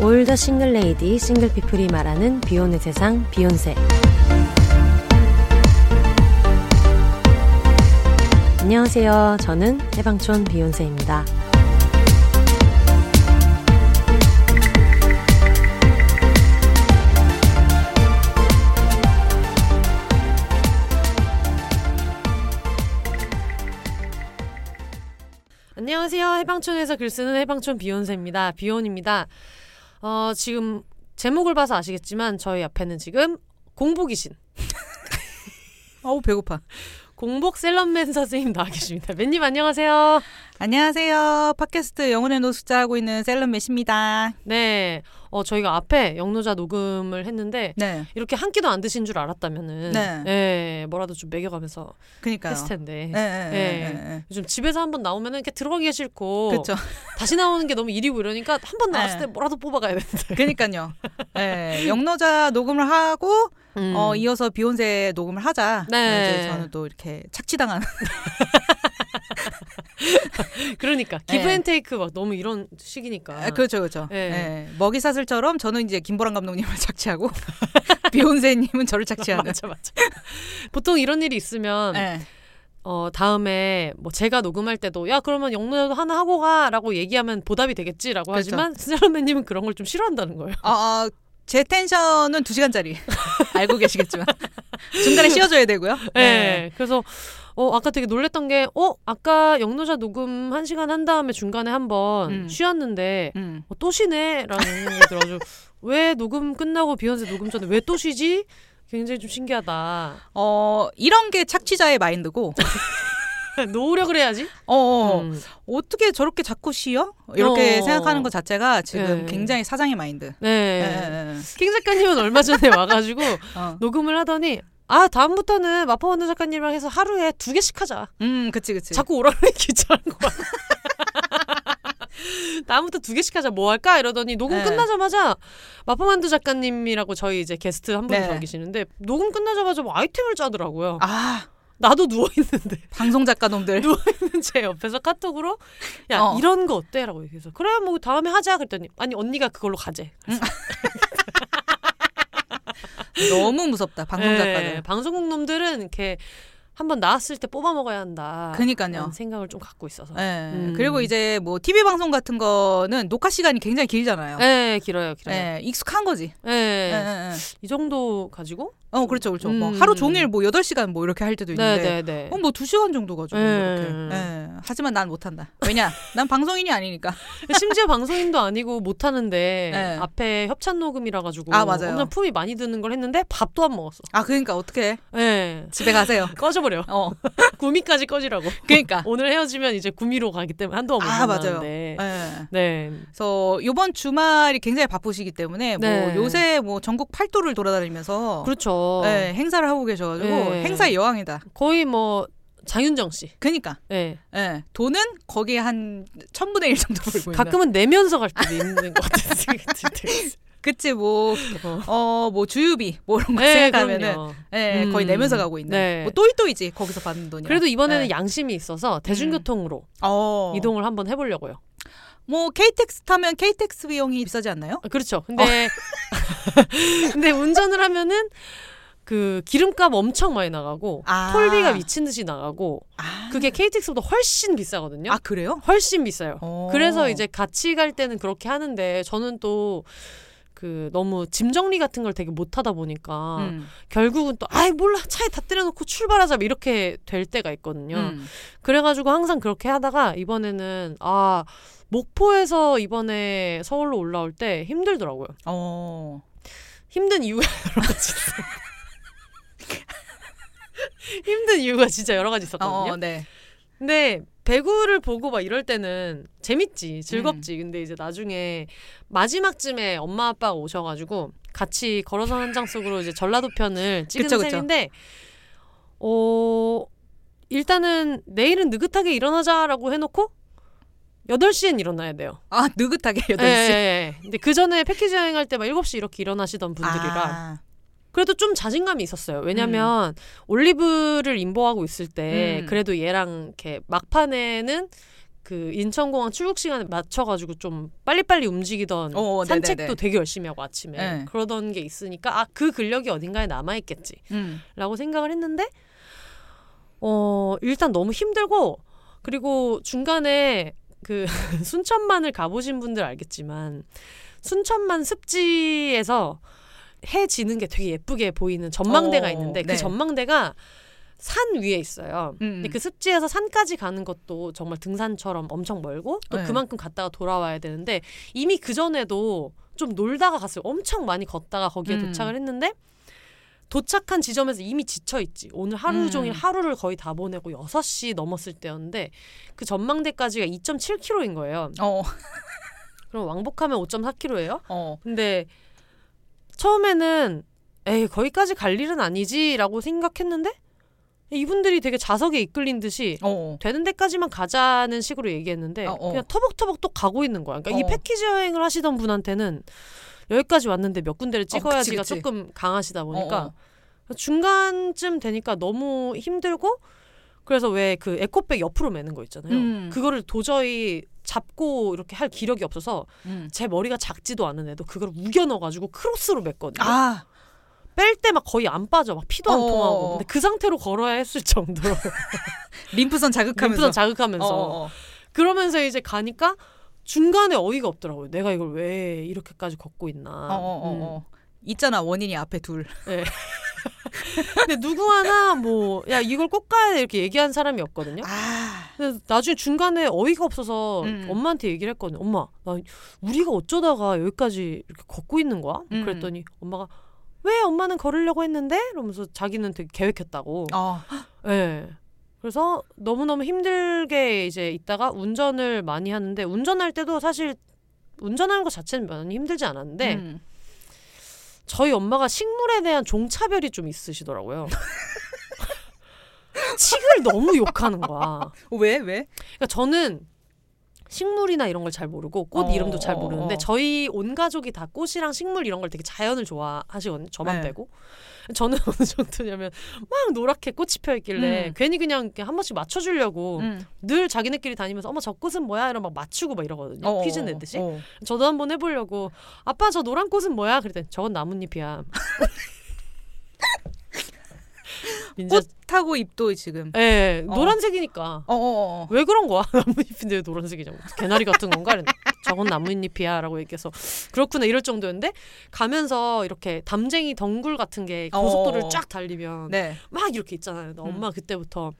올 더 싱글 레이디 싱글 피플이 말하는 비혼의 세상 비욘세. 안녕하세요. 저는 해방촌 비욘세입니다. 안녕하세요. 해방촌에서 글 쓰는 해방촌 비욘세입니다. 비욘입니다. 어, 지금 제목을 봐서 아시겠지만 저희 앞에는 지금 공복이신 어우 배고파. 공복 셀럽맨 선생님 나와 계십니다. 맨님 안녕하세요. 안녕하세요. 팟캐스트 영혼의 노숙자 하고 있는 셀럽 몇입니다. 네, 어, 저희가 앞에 영노자 녹음을 했는데 네. 이렇게 한 끼도 안 드신 줄 알았다면은 네. 예, 뭐라도 좀 먹여가면서 그니까요. 했을 텐데 예, 예, 예. 예, 예, 예. 요즘 집에서 한번 나오면은 이렇게 들어가기가 싫고 그쵸. 다시 나오는 게 너무 일이고 이러니까 한 번 나왔을 때 네. 뭐라도 뽑아가야 되는데 그니까요. 예. 영노자 녹음을 하고, 음. 어, 이어서 비욘세 녹음을 하자. 어, 네. 이제 저는 또 이렇게 착취당한. 그러니까 기브 예. 앤 테이크 막 너무 이런 식이니까 그렇죠, 그렇죠. 예. 예. 먹이사슬처럼 저는 이제 김보람 감독님을 착취하고, 비욘세님은 저를 착취하는. 맞아 맞아 보통 이런 일이 있으면 예. 어 다음에 뭐 제가 녹음할 때도 야 그러면 영노자도 하나 하고 가라고 얘기하면 보답이 되겠지라고 그렇죠. 하지만 스자로맨님은 그런 걸 좀 싫어한다는 거예요. 아, 아, 제 텐션은 두 시간짜리. 알고 계시겠지만. 중간에 씌워줘야 되고요. 네. 예. 그래서 어 아까 되게 놀랬던 게 어 아까 영노자 녹음 한 시간 한 다음에 중간에 한번 음. 쉬었는데 음. 어, 또 쉬네라는 생각이 들어서 왜 녹음 끝나고 비욘세 녹음 전에 왜 또 쉬지? 굉장히 좀 신기하다. 어, 이런 게 착취자의 마인드고, 노력을 해야지. 어, 어 음. 어떻게 저렇게 자꾸 쉬어? 이렇게 어. 생각하는 것 자체가 지금 예. 굉장히 사장의 마인드. 예, 네. 예, 킹 작가님은 얼마 전에 와가지고 예. 어. 녹음을 하더니 아 다음부터는 마포 원더 작가님이랑 해서 하루에 두 개씩 하자. 음, 그치, 그치. 자꾸 오라는 귀찮은 거야. 다음부터 두 개씩 하자. 뭐 할까? 이러더니 녹음 네. 끝나자마자 마포만두 작가님이라고 저희 이제 게스트 한 분이 네. 더 계시는데 녹음 끝나자마자 뭐 아이템을 짜더라고요. 아, 나도 누워 있는데 방송 작가 놈들. 제 옆에서 카톡으로 야 어. 이런 거 어때라고 얘기해서 그래 뭐 다음에 하자 그랬더니 아니 언니가 그걸로 가재. 너무 무섭다, 방송 예, 작가들. 방송국 놈들은 이렇게 한번 나왔을 때 뽑아 먹어야 한다. 그니까요. 라는 생각을 좀 갖고 있어서. 예. 음. 그리고 이제 뭐 TV 방송 같은 거는 녹화 시간이 굉장히 길잖아요. 예, 길어요, 예, 길어요. 익숙한 거지. 예. 예, 예, 예. 이 정도 가지고? 어, 그렇죠, 그렇죠. 뭐 음. 하루 종일 뭐 8시간 뭐 이렇게 할 때도 네, 있는데. 네. 어, 뭐두 시간 정도 가지고 예. 이렇게. 예. 하지만 난 못한다. 왜냐? 난 방송인이 아니니까. 심지어 방송인도 아니고 못 하는데 네. 앞에 협찬 녹음이라 가지고 아, 맞아요. 엄청 품이 많이 드는 걸 했는데 밥도 안 먹었어. 아 그러니까 어떻게 예. 집에 가세요. 꺼져버려. 어, 구미까지 꺼지라고. 그러니까. 오늘 헤어지면 이제 구미로 가기 때문에 한동안 못 아, 맞아요. 만나는데. 예. 네. 그래서 이번 주말이 굉장히 바쁘시기 때문에 네. 뭐 요새 뭐 전국 팔도를 돌아다니면서 그렇죠. 예, 행사를 하고 계셔가지고 예. 행사의 여왕이다. 거의 뭐 장윤정 씨. 그러니까 예. 예, 돈은 거기에 한 천분의 일 정도 벌고 있는. 가끔은 내면서 갈 때도 있는 것 같은 생각이 들 그치 뭐어뭐 어. 주유비 뭐 이런 거 네, 생각하면은 그럼요. 예, 음. 거의 내면서 가고 있는. 네. 뭐 또이또이지 거기서 받는 돈이. 그래도 이번에는 네. 양심이 있어서 대중교통으로 어. 이동을 한번 해보려고요. 뭐 KTX 타면 KTX 비용이 비싸지 않나요? 아, 그렇죠. 근데 근데 운전을 하면은 그 기름값 엄청 많이 나가고 아. 톨비가 미친 듯이 나가고 아, 그게 KTX보다 훨씬 비싸거든요. 아 그래요? 훨씬 비싸요. 어. 그래서 이제 같이 갈 때는 그렇게 하는데 저는 또 그 너무 짐 정리 같은 걸 되게 못 하다 보니까 음. 결국은 또 아이 몰라 차에 다 때려놓고 출발하자 이렇게 될 때가 있거든요. 음. 그래가지고 항상 그렇게 하다가 이번에는 아 목포에서 이번에 서울로 올라올 때 힘들더라고요. 어. 힘든 이유가 여러 가지 있어요. 힘든 이유가 진짜 여러 가지 있었거든요. 어, 네. 근데 배구를 보고 막 이럴 때는 재밌지, 즐겁지. 음. 근데 이제 나중에 마지막쯤에 엄마 아빠가 오셔가지고 같이 걸어서 한 장 속으로 이제 전라도 편을 찍은 그쵸, 그쵸. 셈인데, 어 일단은 내일은 느긋하게 일어나자라고 해놓고 8시엔 일어나야 돼요. 아, 느긋하게 8시. 예, 예, 예. 근데 그 전에 패키지 여행할 때 막 7시 이렇게 일어나시던 분들이라 아, 그래도 좀 자신감이 있었어요. 왜냐면 올리브를 인보하고 있을 때 음. 그래도 얘랑 이렇게 막판에는 그 인천공항 출국 시간에 맞춰가지고 좀 빨리빨리 움직이던 어, 어, 산책도 네네네. 되게 열심히 하고 아침에 네. 그러던 게 있으니까 아 그 근력이 어딘가에 남아 있겠지라고 음. 생각을 했는데 어 일단 너무 힘들고 그리고 중간에 그 순천만을 가보신 분들 알겠지만 순천만 습지에서 해 지는 게 되게 예쁘게 보이는 전망대가 어, 있는데 그 네. 전망대가 산 위에 있어요. 음. 근데 그 습지에서 산까지 가는 것도 정말 등산처럼 엄청 멀고 또 네. 그만큼 갔다가 돌아와야 되는데 이미 그 전에도 좀 놀다가 갔어요. 엄청 많이 걷다가 거기에 음. 도착을 했는데 도착한 지점에서 이미 지쳐 있지. 오늘 하루 음. 종일 하루를 거의 다 보내고 6시 넘었을 때였는데 그 전망대까지가 2.7km인 거예요. 어, 그럼 왕복하면 5.4km예요. 어. 근데 처음에는 에이 거기까지 갈 일은 아니지라고 생각했는데 이분들이 되게 자석에 이끌린 듯이 어. 되는 데까지만 가자는 식으로 얘기했는데 어, 어. 그냥 터벅터벅 또 가고 있는 거야. 그러니까 어. 이 패키지 여행을 하시던 분한테는 여기까지 왔는데 몇 군데를 그치, 찍어야지가 그치. 조금 강하시다 보니까 어, 중간쯤 되니까 너무 힘들고 그래서 왜 그 에코백 옆으로 매는 거 있잖아요. 음. 그거를 도저히 잡고 이렇게 할 기력이 없어서 음. 제 머리가 작지도 않은 애도 그걸 우겨 넣어가지고 크로스로 맸거든요. 아, 뺄 때 막 거의 안 빠져, 막 피도 안 어. 통하고. 근데 그 상태로 걸어야 했을 정도로 림프선 자극하면서. 림프선 자극하면서 어, 어. 그러면서 이제 가니까 중간에 어이가 없더라고요. 내가 이걸 왜 이렇게까지 걷고 있나. 어, 어, 음. 어, 어. 있잖아 원인이 앞에 둘. 근데 누구 하나 뭐 야 이걸 꼭 가야 돼 이렇게 얘기한 사람이 없거든요. 아, 근데 나중에 중간에 어이가 없어서 음. 엄마한테 얘기를 했거든요. 엄마, 나 우리가 어쩌다가 여기까지 이렇게 걷고 있는 거야? 음. 그랬더니 엄마가 왜 엄마는 걸으려고 했는데? 이러면서 자기는 되게 계획했다고. 어, 예. 그래서 너무너무 힘들게 이제 있다가 운전을 많이 하는데 운전할 때도 사실 운전하는 것 자체는 많이 힘들지 않았는데 음. 저희 엄마가 식물에 대한 종차별이 좀 있으시더라고요. 칡을 너무 욕하는 거야. 왜 왜? 그러니까 저는 식물이나 이런 걸 잘 모르고 꽃 어, 이름도 잘 어, 모르는데 어. 저희 온 가족이 다 꽃이랑 식물 이런 걸 되게 자연을 좋아하시거든요. 저만 네. 빼고. 저는 어느 정도냐면 막 노랗게 꽃이 펴 있길래 음. 괜히 그냥 이렇게 한 번씩 맞춰 주려고 음. 늘 자기네끼리 다니면서 어머 저 꽃은 뭐야 이런 막 맞추고 막 이러거든요. 어, 네, 퀴즈 어, 내듯이. 어. 저도 한번 해 보려고 아빠 저 노란 꽃은 뭐야? 그랬더니 저건 나뭇잎이야. 민자 꽃하고 입도 지금. 예, 예, 어. 노란색이니까. 어, 어, 어. 왜 그런 거야? 나뭇잎인데 왜 노란색이냐고. 개나리 같은 건가? 이랬는데 저건 나뭇잎이야. 라고 얘기해서 그렇구나. 이럴 정도였는데 가면서 이렇게 담쟁이 덩굴 같은 게 고속도로를 어. 쫙 달리면 네. 막 이렇게 있잖아요. 근데 음. 엄마 그때부터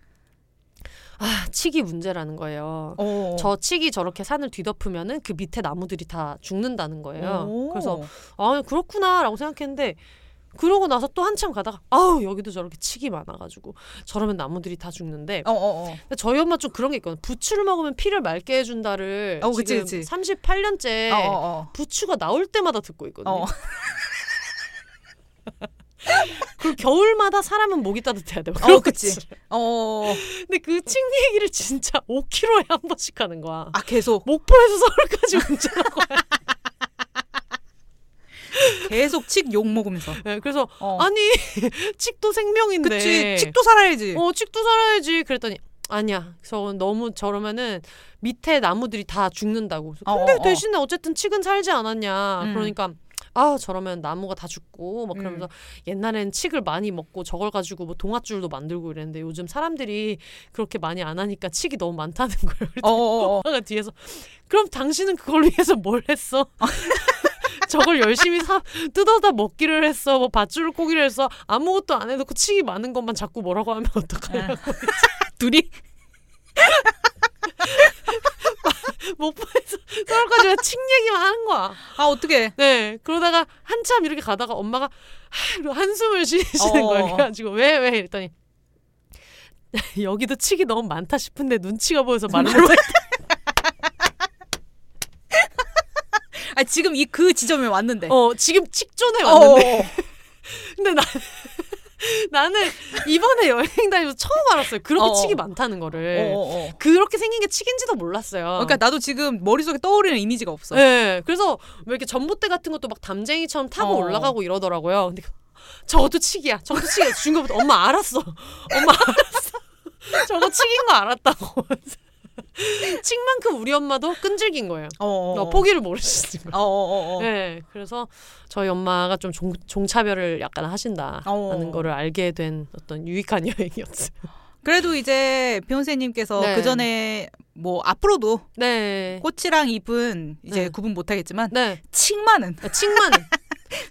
아, 치기 문제라는 거예요. 어. 저 치기 저렇게 산을 뒤덮으면은 그 밑에 나무들이 다 죽는다는 거예요. 오. 그래서 아 그렇구나라고 생각했는데 그러고 나서 또 한참 가다가 아우 여기도 저렇게 치기 많아가지고 저러면 나무들이 다 죽는데 어, 어, 어. 근데 저희 엄마 좀 그런 게 있거든. 요 부추를 먹으면 피를 맑게 해준다를 어, 그치, 지금 그치. 38년째 어, 어, 어. 부추가 나올 때마다 듣고 있거든요. 어. 그리고 겨울마다 사람은 목이 따뜻해야 돼. 어, 그치. 그치. 어. 근데 그칭 얘기를 진짜 5km에 한 번씩 하는 거야. 아, 계속 목포에서 서울까지 운전하고. 계속 칡 욕 먹으면서. 네, 그래서 어. 아니 칡도 생명인데. 네. 그치. 칡도 살아야지. 어, 칡도 살아야지. 그랬더니 아니야. 저건 너무 저러면은 밑에 나무들이 다 죽는다고. 그래서 어, 근데 어, 어. 대신에 어쨌든 칡은 살지 않았냐. 음. 그러니까 아 저러면 나무가 다 죽고 막 그러면서 옛날엔 칡을 많이 먹고 저걸 가지고 뭐 동아줄도 만들고 이랬는데 요즘 사람들이 그렇게 많이 안 하니까 칡이 너무 많다는 거예요. 어, 어, 어. 엄마가 뒤에서 그럼 당신은 그걸 위해서 뭘 했어? 저걸 열심히 사, 뜯어다 먹기를 했어. 뭐 밧줄을 꼬기를 했어. 아무것도 안 해놓고 칡이 많은 것만 자꾸 뭐라고 하면 어떡하냐. 아. 둘이 네. 목포에서 서울까지 왜 칡 얘기만 하는 거야. 아, 어떻게? 네. 그러다가 한참 이렇게 가다가 엄마가 하, 이러고 한숨을 쉬시는 어. 거예요. 그래가지고 왜, 왜? 이랬더니 여기도 칡이 너무 많다 싶은데 눈치가 보여서 말을 못 했다. 아, 지금 이 그 지점에 왔는데. 어, 지금 칡존에 어, 어, 왔는데. 어. 근데 나, 나는 이번에 여행 다니면서 처음 알았어요. 그렇게 어. 칡이 많다는 거를. 어, 어, 어. 그렇게 생긴 게 칡인지도 몰랐어요. 그러니까 나도 지금 머릿속에 떠오르는 이미지가 없어. 네, 그래서 왜 이렇게 전봇대 같은 것도 막 담쟁이처럼 타고 어. 올라가고 이러더라고요. 근데 저것도 치기야. 저것도 치기야. 중간부터 엄마 알았어. 엄마 알았어. 저거 치기인 거 알았다고. 칙만큼 우리 엄마도 끈질긴 거예요. 어. 어, 포기를 모르시는 거예요. 어, 어, 어. 네, 그래서 저희 엄마가 좀 종, 종차별을 약간 하신다 하는 어. 거를 알게 된 어떤 유익한 여행이었어요. 그래도 이제 비욘세님께서 네. 그 전에 뭐 앞으로도 네, 꽃이랑 잎은 이제 네. 구분 못하겠지만 네, 칙만은 칙만.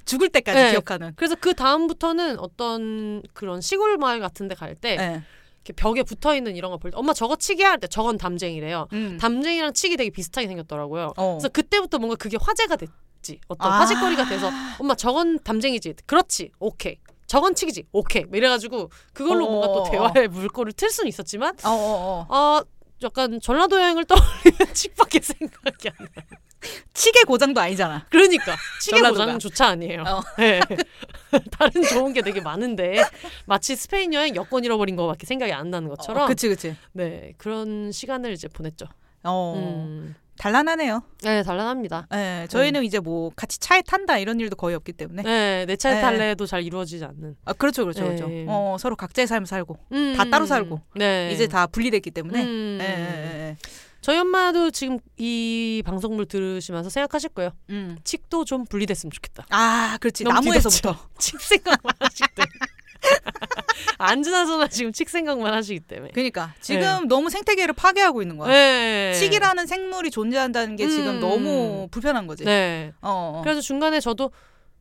죽을 때까지 네. 기억하는. 그래서 그 다음부터는 어떤 그런 시골 마을 같은 데 갈 때 네. 이렇게 벽에 붙어 있는 이런 거 볼 때 엄마 저거 치기 할 때 저건 담쟁이래요. 음. 담쟁이랑 치기 되게 비슷하게 생겼더라고요. 어. 그래서 그때부터 뭔가 그게 화제가 됐지. 어떤 아. 화제거리가 돼서 엄마 저건 담쟁이지. 그렇지. 오케이. 저건 치기지. 오케이. 뭐 이래가지고 그걸로 어, 뭔가 또 어, 대화의 물꼬를 틀 수는 있었지만 어, 어, 어. 어 약간 전라도 여행을 떠올리면 칙밖에 생각이 안 나. 칙의 고장도 아니잖아. 그러니까 치계 전라도가. 보장조차 아니에요. 어. 네. 다른 좋은 게 되게 많은데 마치 스페인 여행 여권 잃어버린 것밖에 생각이 안 나는 것처럼 어, 그치, 그치. 네 그런 시간을 이제 보냈죠. 어. 음. 단란하네요. 네 단란합니다. 네, 저희는 이제 뭐 같이 차에 탄다 이런 일도 거의 없기 때문에. 음. 네, 내 차에 네. 탈래도 잘 이루어지지 않는. 아, 그렇죠, 그렇죠, 그렇죠. 네. 어, 서로 각자의 삶을 살고 음. 다 따로 살고. 네. 이제 다 분리됐기 때문에. 음. 예, 예, 예, 예. 저희 엄마도 지금 이 방송물 들으시면서 생각하실 거예요. 음. 칙도 좀 분리됐으면 좋겠다. 아, 그렇지. 너무 나무에서부터. 칙 생각만 하시기 때문에. 앉으나서나 지금 칙 생각만 하시기 때문에. 그러니까 지금 너무 생태계를 파괴하고 있는 거야. 네. 칡이라는 생물이 존재한다는 게 음. 지금 너무 불편한 거지. 네. 어, 어. 그래서 중간에 저도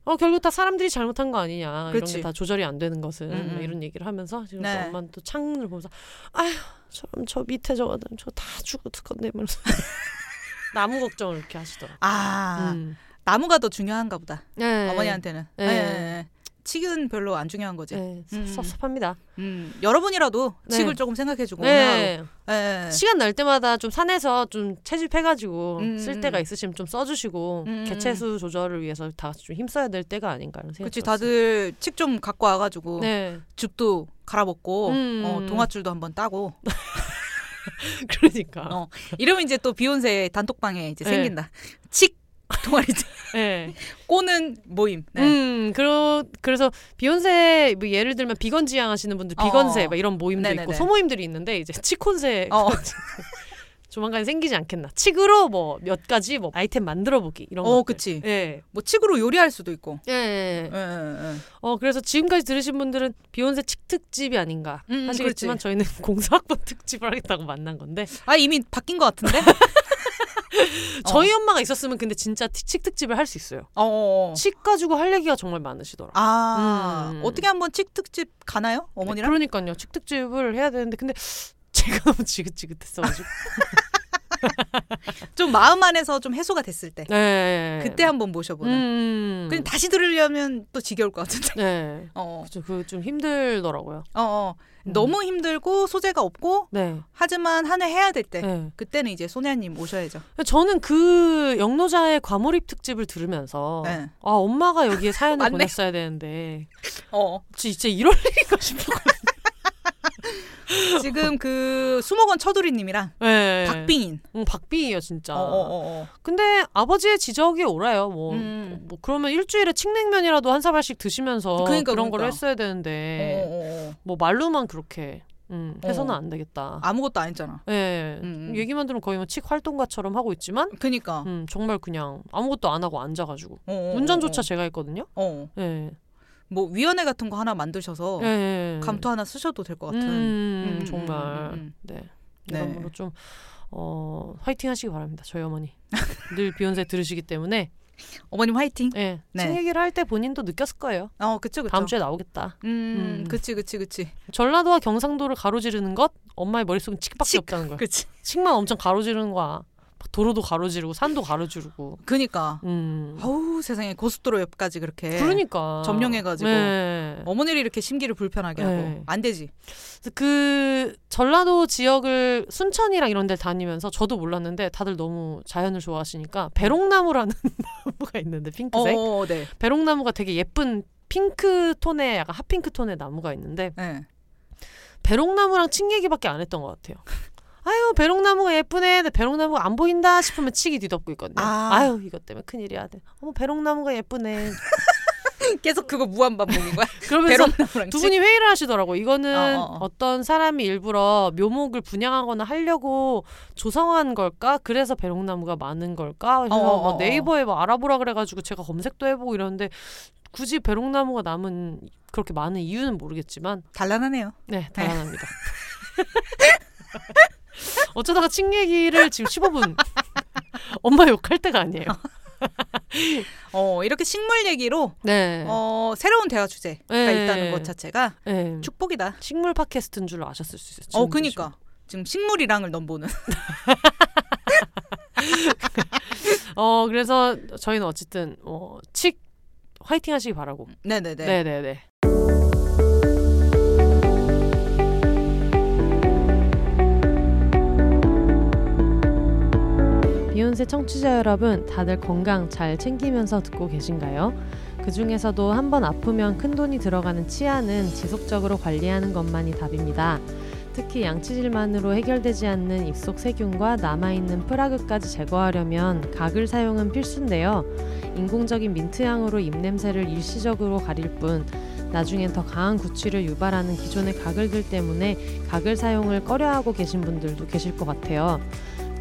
어 결국 다 사람들이 잘못한 거 아니냐 그렇지. 이런 게 다 조절이 안 되는 것은 음, 뭐 음. 이런 얘기를 하면서 지금 네. 또 엄마는 또 창문을 보면서 아휴 저럼 저 밑에 저거 저다 죽었을 건데 이러면서 나무 걱정을 이렇게 하시더라고요. 아, 음. 나무가 더 중요한가 보다. 네. 어머니한테는. 네. 예, 예, 예. 칡은 별로 안 중요한 거지. 네. 섭- 음. 섭섭합니다. 음, 여러분이라도 네. 칡을 조금 생각해주고. 네. 예, 예. 시간 날 때마다 좀 산에서 좀 채집해가지고 음, 쓸 음. 때가 있으시면 좀 써주시고 음, 음. 개체수 조절을 위해서 다 같이 좀 힘써야 될 때가 아닌가 이런 생각이 그렇지. 다들 뭐. 칡 좀 갖고 와가지고 네. 즙도 갈아먹고 음. 어, 동아줄도 한번 따고 그러니까. 어, 이러면 이제 또 비욘세 단톡방에 이제 네. 생긴다. 칙 동아리 네. 꼬는 모임. 네. 음, 그러, 그래서 비욘세 뭐 예를 들면 비건 지향하시는 분들 비건세 어. 막 이런 모임도 네네네. 있고 소모임들이 있는데 이제 치콘세 어. 조만간 생기지 않겠나. 칙으로 뭐 몇 가지 뭐 아이템 만들어 보기 이런 어, 것들. 그치. 예. 뭐 칙으로 요리할 수도 있고. 예, 예. 예, 예, 예. 어 그래서 지금까지 들으신 분들은 비욘세 칙 특집이 아닌가 음, 하시겠지만 저희는 공사학번 특집을 하겠다고 만난 건데 아 이미 바뀐 것 같은데? 저희 엄마가 있었으면 근데 진짜 티- 칙 특집을 할 수 있어요. 어, 어. 어. 칙 가지고 할 얘기가 정말 많으시더라. 고 아 음. 네, 어떻게 한번 칙 특집 가나요? 어머니랑? 그러니까요. 칙 특집을 해야 되는데 근데 제가 너무 지긋지긋했어가지고. 좀 마음 안에서 좀 해소가 됐을 때 네. 그때 한번 모셔보는. 음. 근데 다시 들으려면 또 지겨울 것 같은데. 네. 어, 그죠. 그좀 힘들더라고요. 어, 어. 음. 너무 힘들고 소재가 없고 네. 하지만 한 해 해야 될 때. 네. 그때는 이제 소녀님 오셔야죠. 저는 그 영노자의 과몰입 특집을 들으면서 네. 아 엄마가 여기에 사연을 맞네. 보냈어야 되는데 어. 진짜 이럴 일인가 싶어. 지금 그 수목원 처두리님이랑 네. 박빙인. 응, 박빙이에요 진짜. 어, 어, 어, 어. 근데 아버지의 지적이 옳아요. 뭐. 음. 뭐 그러면 일주일에 칡냉면이라도 한 사발씩 드시면서 그러니까, 그런 걸 그러니까. 했어야 어, 되는데 어, 어. 뭐 말로만 그렇게 음, 해서는 어. 안 되겠다. 아무것도 아니잖아. 예. 음, 음. 얘기만 들으면 거의 뭐칙 활동가처럼 하고 있지만 그니까. 음, 정말 그냥 아무것도 안 하고 앉아가지고 어, 어, 운전조차 제가 했거든요. 어, 어. 예. 뭐 위원회 같은 거 하나 만드셔서 예, 예. 어. 감투 하나 쓰셔도 될 것 음, 같은. 음, 음, 정말 음, 음. 네. 네. 여러모로 좀 어, 화이팅 하시기 바랍니다. 저희 어머니 늘 비욘세 들으시기 때문에 어머님 화이팅. 예. 네. 책 얘기를 할 때 본인도 느꼈을 거예요. 어, 그쵸, 그쵸. 다음 주에 나오겠다. 음, 음. 그치, 그치, 그치. 전라도와 경상도를 가로지르는 것 엄마의 머릿속엔 칙밖에 칙. 없다는 거야. 그치. 칙만 엄청 가로지르는 거야. 막 도로도 가로지르고 산도 가로지르고. 그니까. 음. 아우 세상에 고속도로 옆까지 그렇게. 그러니까 네. 점령해가지고. 네. 어머니를 이렇게 심기를 불편하게 네. 하고 안 되지. 그래서 그 전라도 지역을 순천이랑 이런 데 다니면서 저도 몰랐는데 다들 너무 자연을 좋아하시니까 배롱나무라는 나무가 있는데 어, 핑크색 어, 네. 배롱나무가 되게 예쁜 핑크 톤의 약간 핫핑크 톤의 나무가 있는데 네. 배롱나무랑 칡 얘기밖에 안 했던 것 같아요. 아유 배롱나무가 예쁘네. 근데 배롱나무가 안 보인다 싶으면 칡이 뒤덮고 있거든요. 아. 네. 아. 유 이것 때문에 큰일이야. 어머 배롱나무가 예쁘네. 계속 그거 무한 반복인 거야. 그러면서 배롱나무랑 두 분이 회의를 하시더라고. 이거는 어, 어, 어. 어떤 사람이 일부러 묘목을 분양하거나 하려고 조성한 걸까? 그래서 배롱나무가 많은 걸까? 그래서 어, 어, 막 어. 네이버에 막 알아보라 그래가지고 제가 검색도 해보고 이러는데 굳이 배롱나무가 남은 그렇게 많은 이유는 모르겠지만 단란하네요. 네 다양합니다. 어쩌다가 칭 얘기를 지금 15분 엄마 욕할 때가 아니에요. 어 이렇게 식물 얘기로 네. 어 새로운 대화 주제가 네. 있다는 것 자체가 네. 축복이다. 식물 팟캐스트인 줄 아셨을 수 있어요. 어 그니까 지금 식물이랑을 넘보는. 어 그래서 저희는 어쨌든 어, 칙 화이팅 하시기 바라고. 네네네. 네, 네, 네. 비욘세 청취자 여러분, 다들 건강 잘 챙기면서 듣고 계신가요? 그 중에서도 한 번 아프면 큰 돈이 들어가는 치아는 지속적으로 관리하는 것만이 답입니다. 특히 양치질만으로 해결되지 않는 입속 세균과 남아있는 플라그까지 제거하려면 각을 사용은 필수인데요. 인공적인 민트향으로 입냄새를 일시적으로 가릴 뿐 나중엔 더 강한 구취를 유발하는 기존의 가글들 때문에 가글 사용을 꺼려하고 계신 분들도 계실 것 같아요.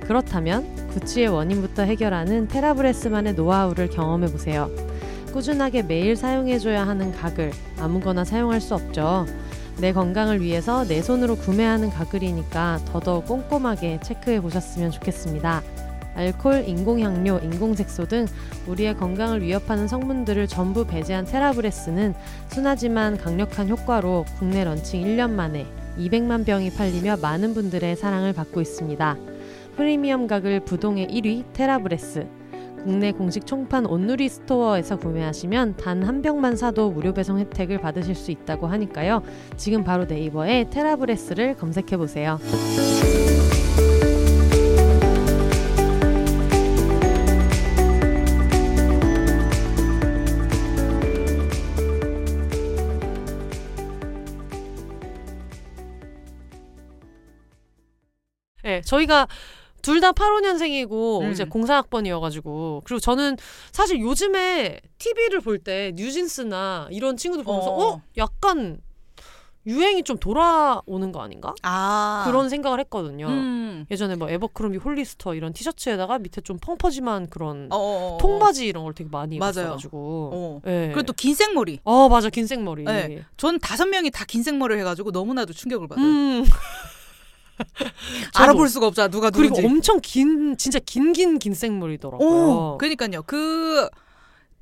그렇다면 구취의 원인부터 해결하는 테라브레스만의 노하우를 경험해 보세요. 꾸준하게 매일 사용해줘야 하는 가글 아무거나 사용할 수 없죠. 내 건강을 위해서 내 손으로 구매하는 가글이니까 더더욱 꼼꼼하게 체크해 보셨으면 좋겠습니다. 알콜, 인공향료, 인공색소 등 우리의 건강을 위협하는 성분들을 전부 배제한 테라브레스는 순하지만 강력한 효과로 국내 런칭 1년 만에 200만 병이 팔리며 많은 분들의 사랑을 받고 있습니다. 프리미엄 가글 부동의 1위 테라브레스. 국내 공식 총판 온누리 스토어에서 구매하시면 단 한 병만 사도 무료 배송 혜택을 받으실 수 있다고 하니까요. 지금 바로 네이버에 테라브레스를 검색해 보세요. 네, 저희가 둘 다 85년생이고 음. 이제 공사학번이어가지고 그리고 저는 사실 요즘에 TV를 볼 때 뉴진스나 이런 친구들 보면서 어. 어 약간 유행이 좀 돌아오는 거 아닌가 아 그런 생각을 했거든요. 음. 예전에 뭐 에버크롬비 홀리스터 이런 티셔츠에다가 밑에 좀 펑퍼짐한 그런 어. 통바지 이런 걸 되게 많이 맞아요. 입었어가지고. 어. 예. 그리고 또 긴 생머리. 어 맞아 긴 생머리. 네. 전 다섯 명이 다 긴 생머리를 해가지고 너무나도 충격을 받아요. 음 저도. 알아볼 수가 없잖아 누가 그리고 누군지. 엄청 긴 진짜 긴 긴 긴 생머리더라고요. 오, 그러니까요. 그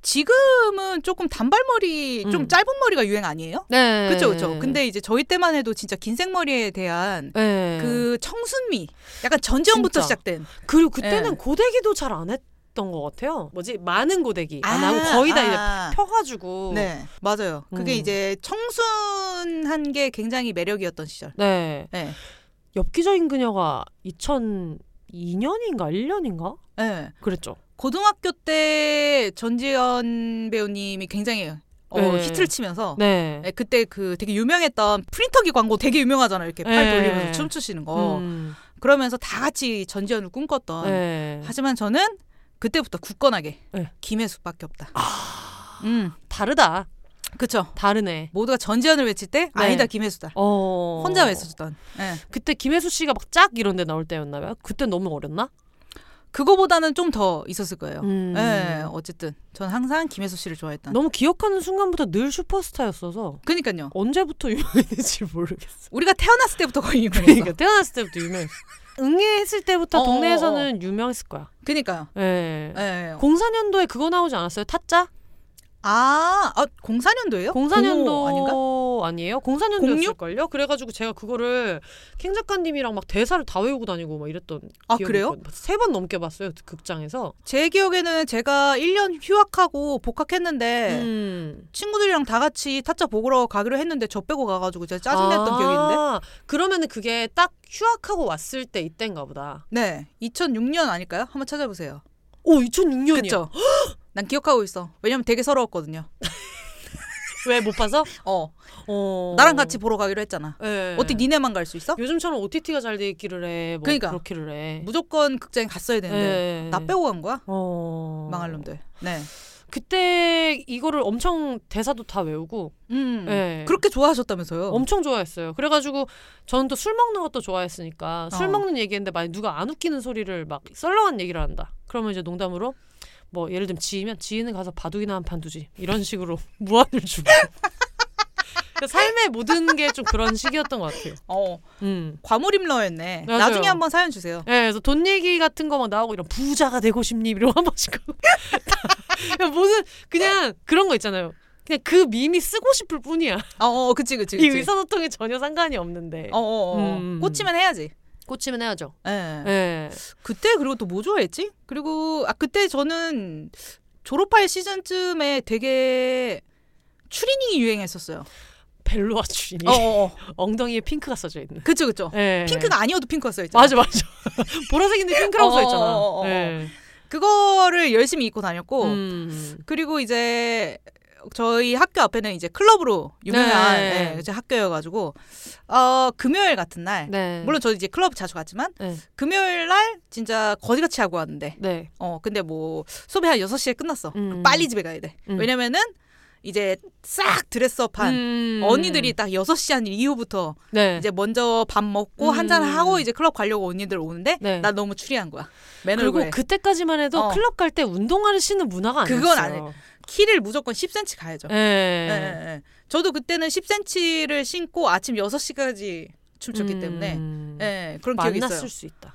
지금은 조금 단발머리, 음. 좀 짧은 머리가 유행 아니에요? 네. 그렇죠, 그렇죠. 근데 이제 저희 때만 해도 진짜 긴 생머리에 대한 네. 그 그 청순미, 약간 진짜. 전지현부터 시작된. 그리고 그때는 네. 고데기도 잘 안 했던 것 같아요. 예. 뭐지 많은 고데기 안 아, 하고 거의 다 아. 이제 펴가지고. 네, 맞아요. 그게 음. 이제 청순한 게 굉장히 매력이었던 시절. 네. 네. 엽기적인 그녀가 2002년인가 1년인가 네. 그랬죠. 고등학교 때 전지현 배우님이 굉장히 어, 네. 히트를 치면서 네. 네, 그때 그 되게 유명했던 프린터기 광고 되게 유명하잖아요. 이렇게 팔 네. 돌리면서 춤추시는 거. 음. 그러면서 다 같이 전지현을 꿈꿨던. 네. 하지만 저는 그때부터 굳건하게 네. 김혜숙밖에 없다. 아. 음, 다르다. 그쵸. 다르네. 모두가 전지현을 외칠 때 아니다 김혜수다. 네. 어. 혼자 외쳤던. 예. 그때 김혜수 씨가 막 짝 이런데 나올 때였나요? 그때 너무 어렸나? 그거보다는 좀 더 있었을 거예요. 음. 예, 어쨌든 전 항상 김혜수 씨를 좋아했던. 너무 기억하는 순간부터 늘 슈퍼스타였어서 그러니까요. 언제부터 유명했는지 모르겠어. 우리가 태어났을 때부터 거의 유명했어. 그러니까 태어났을 때부터 유명했어. 응애했을 때부터 어, 동네에서는 유명했을 거야. 그러니까요. 예. 예. 04년도에 그거 나오지 않았어요? 타짜? 아, 아 04년도예요? 04년도 아닌가? 아니에요? 04년도였을걸요? 그래가지고 제가 그거를 캥 작가님이랑 막 대사를 다 외우고 다니고 막 이랬던 아, 기억이 그래요? 있거든요. 세 번 넘게 봤어요 그 극장에서. 제 기억에는 제가 1년 휴학하고 복학했는데 음. 친구들이랑 다 같이 타짜 보러 가기로 했는데 저 빼고 가가지고 제가 짜증냈던 아, 기억인데. 그러면은 그게 딱 휴학하고 왔을 때 이때인가 보다. 네, 2006년 아닐까요? 한번 찾아보세요. 오 2006년이요. 그쵸? 난 기억하고 있어. 왜냐면 되게 서러웠거든요. 왜못 봐서? 어, 어. 나랑 같이 보러 가기로 했잖아. 예. 어떻게 니네만 갈 수 있어? 요즘처럼 OTT가 잘 돼 있기를 해. 뭐 그러니까. 그렇기를 해. 무조건 극장에 갔어야 되는데 예. 나 빼고 간 거야? 어. 망할 놈들. 네, 그때 이거를 엄청 대사도 다 외우고 음. 네. 그렇게 좋아하셨다면서요? 엄청 좋아했어요. 그래가지고 저는 또 술 먹는 것도 좋아했으니까 술 어. 먹는 얘기인데 만약 누가 안 웃기는 소리를 막 썰렁한 얘기를 한다. 그러면 이제 농담으로 뭐 예를 들면 지이면 지이는 가서 바둑이나 한 판 두지 이런 식으로 무안을 주고 그러니까 삶의 모든 게 좀 그런 식이었던 것 같아요. 어, 음. 과몰입러였네. 맞아요. 나중에 한번 사연 주세요. 예, 그래서 돈 얘기 같은 거 막 나오고 이런 부자가 되고 싶니 이런 한 번씩 하고. 그냥 무슨 그냥 그런 거 있잖아요. 그냥 그 밈이 쓰고 싶을 뿐이야. 어, 어 그치, 그치, 이 그치. 의사소통에 전혀 상관이 없는데. 어, 어, 어. 음. 꽂히면 해야지. 꽂히면 해야죠. 예. 예. 그때 그리고 또 뭐 좋아했지? 그리고 아 그때 저는 졸업할 시즌쯤에 되게 추리닝이 유행했었어요. 벨로아 추리니 어, 어, 어. 엉덩이에 핑크가 써져 있는. 그쵸, 그쵸. 예. 핑크가 아니어도 핑크가 써있잖아. 맞아 맞아. 보라색인데 핑크라고 써 있잖아. 어, 어, 어, 어. 예. 그거를 열심히 입고 다녔고 음. 그리고 이제 저희 학교 앞에는 이제 클럽으로 유명한 네. 예, 이제 학교여가지고 어, 금요일 같은 날 네. 물론 저 이제 클럽 자주 갔지만 네. 금요일 날 진짜 거지같이 하고 왔는데 네. 어 근데 뭐 수업이 한 6시에 끝났어 음. 그 빨리 집에 가야 돼 음. 왜냐면은 이제 싹 드레스업한 음. 언니들이 딱 6시 한 이후부터 네. 이제 먼저 밥 먹고 음. 한잔하고 이제 클럽 가려고 언니들 오는데 네. 나 너무 추리한 거야 맨 그리고 얼굴에 그때까지만 해도 어. 클럽 갈 때 운동화를 신는 문화가 아니었어요. 그건 키를 무조건 10cm 가야죠 예. 예, 예, 예. 저도 그때는 10cm를 신고 아침 6시까지 춤췄기 때문에 음. 예, 그런 기억이 있어요. 만났을 수 있다.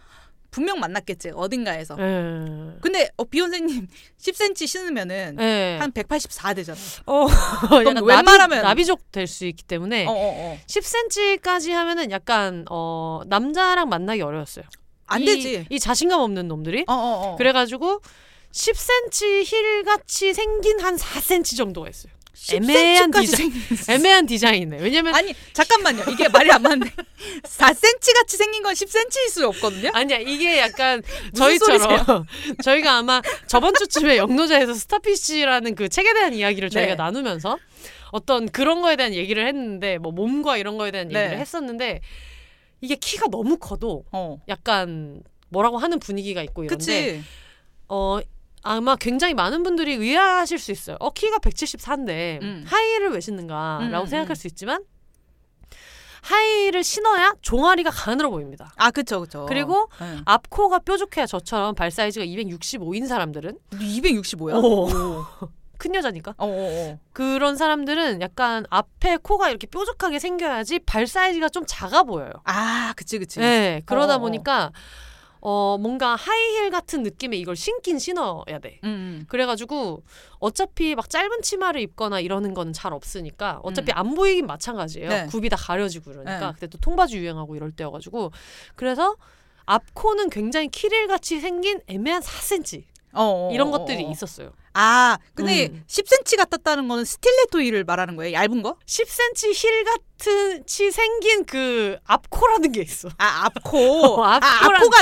분명 만났겠지 어딘가에서. 예. 근데 어, 비욘세님 10cm 신으면은 예. 한 184 되잖아. 어, 약간 웬만하면- 나비, 족 될 수 있기 때문에 어, 어, 어. 10cm까지 하면은 약간 어 남자랑 만나기 어려웠어요. 안 이- 되지. 이 자신감 없는 놈들이 어, 어, 어. 그래가지고 10cm 힐 같이 생긴 한 4cm 정도가 있어요. 10cm 애매한 까지 디자인. 생긴. 애매한 디자인이네. 왜냐면 아니 잠깐만요. 이게 말이 안 맞는데 4cm 같이 생긴 건 10cm일 수 없거든요. 아니야 이게 약간 무슨 저희처럼 저희가 아마 저번 주쯤에 영노자에서 스타피쉬라는 그 책에 대한 이야기를 저희가 네. 나누면서 어떤 그런 거에 대한 얘기를 했는데 뭐 몸과 이런 거에 대한 네. 얘기를 했었는데 이게 키가 너무 커도 어. 약간 뭐라고 하는 분위기가 있고 이런데 그치. 어 아마 굉장히 많은 분들이 의아하실 수 있어요. 어 키가 174인데 음. 하이힐을 왜 신는가라고 음, 생각할 음. 수 있지만 하이힐을 신어야 종아리가 가늘어 보입니다. 아, 그쵸, 네. 그쵸. 그리고 응. 앞코가 뾰족해야 저처럼 발 사이즈가 265인 사람들은 265야. 오. 어, 큰 여자니까 어, 어. 그런 사람들은 약간 앞에 코가 이렇게 뾰족하게 생겨야지 발 사이즈가 좀 작아 보여요. 아, 그치, 그치. 네 그러다 어, 어. 보니까 어 뭔가 하이힐 같은 느낌의 이걸 신긴 신어야 돼. 음, 음. 그래가지고 어차피 막 짧은 치마를 입거나 이러는 거는 잘 없으니까 어차피 음. 안 보이긴 마찬가지예요. 네. 굽이 다 가려지고 그러니까 네. 그때 또 통바지 유행하고 이럴 때여가지고 그래서 앞코는 굉장히 키릴 같이 생긴 애매한 4cm 어, 어, 이런 어, 것들이 어, 어. 있었어요. 아, 근데 음. 10cm 같았다는 거는 스틸레토 힐을 말하는 거예요? 얇은 거? 10cm 힐 같은 치 생긴 그 앞코라는 게 있어. 아, 앞코. 어, 아, 앞코랑- 앞코가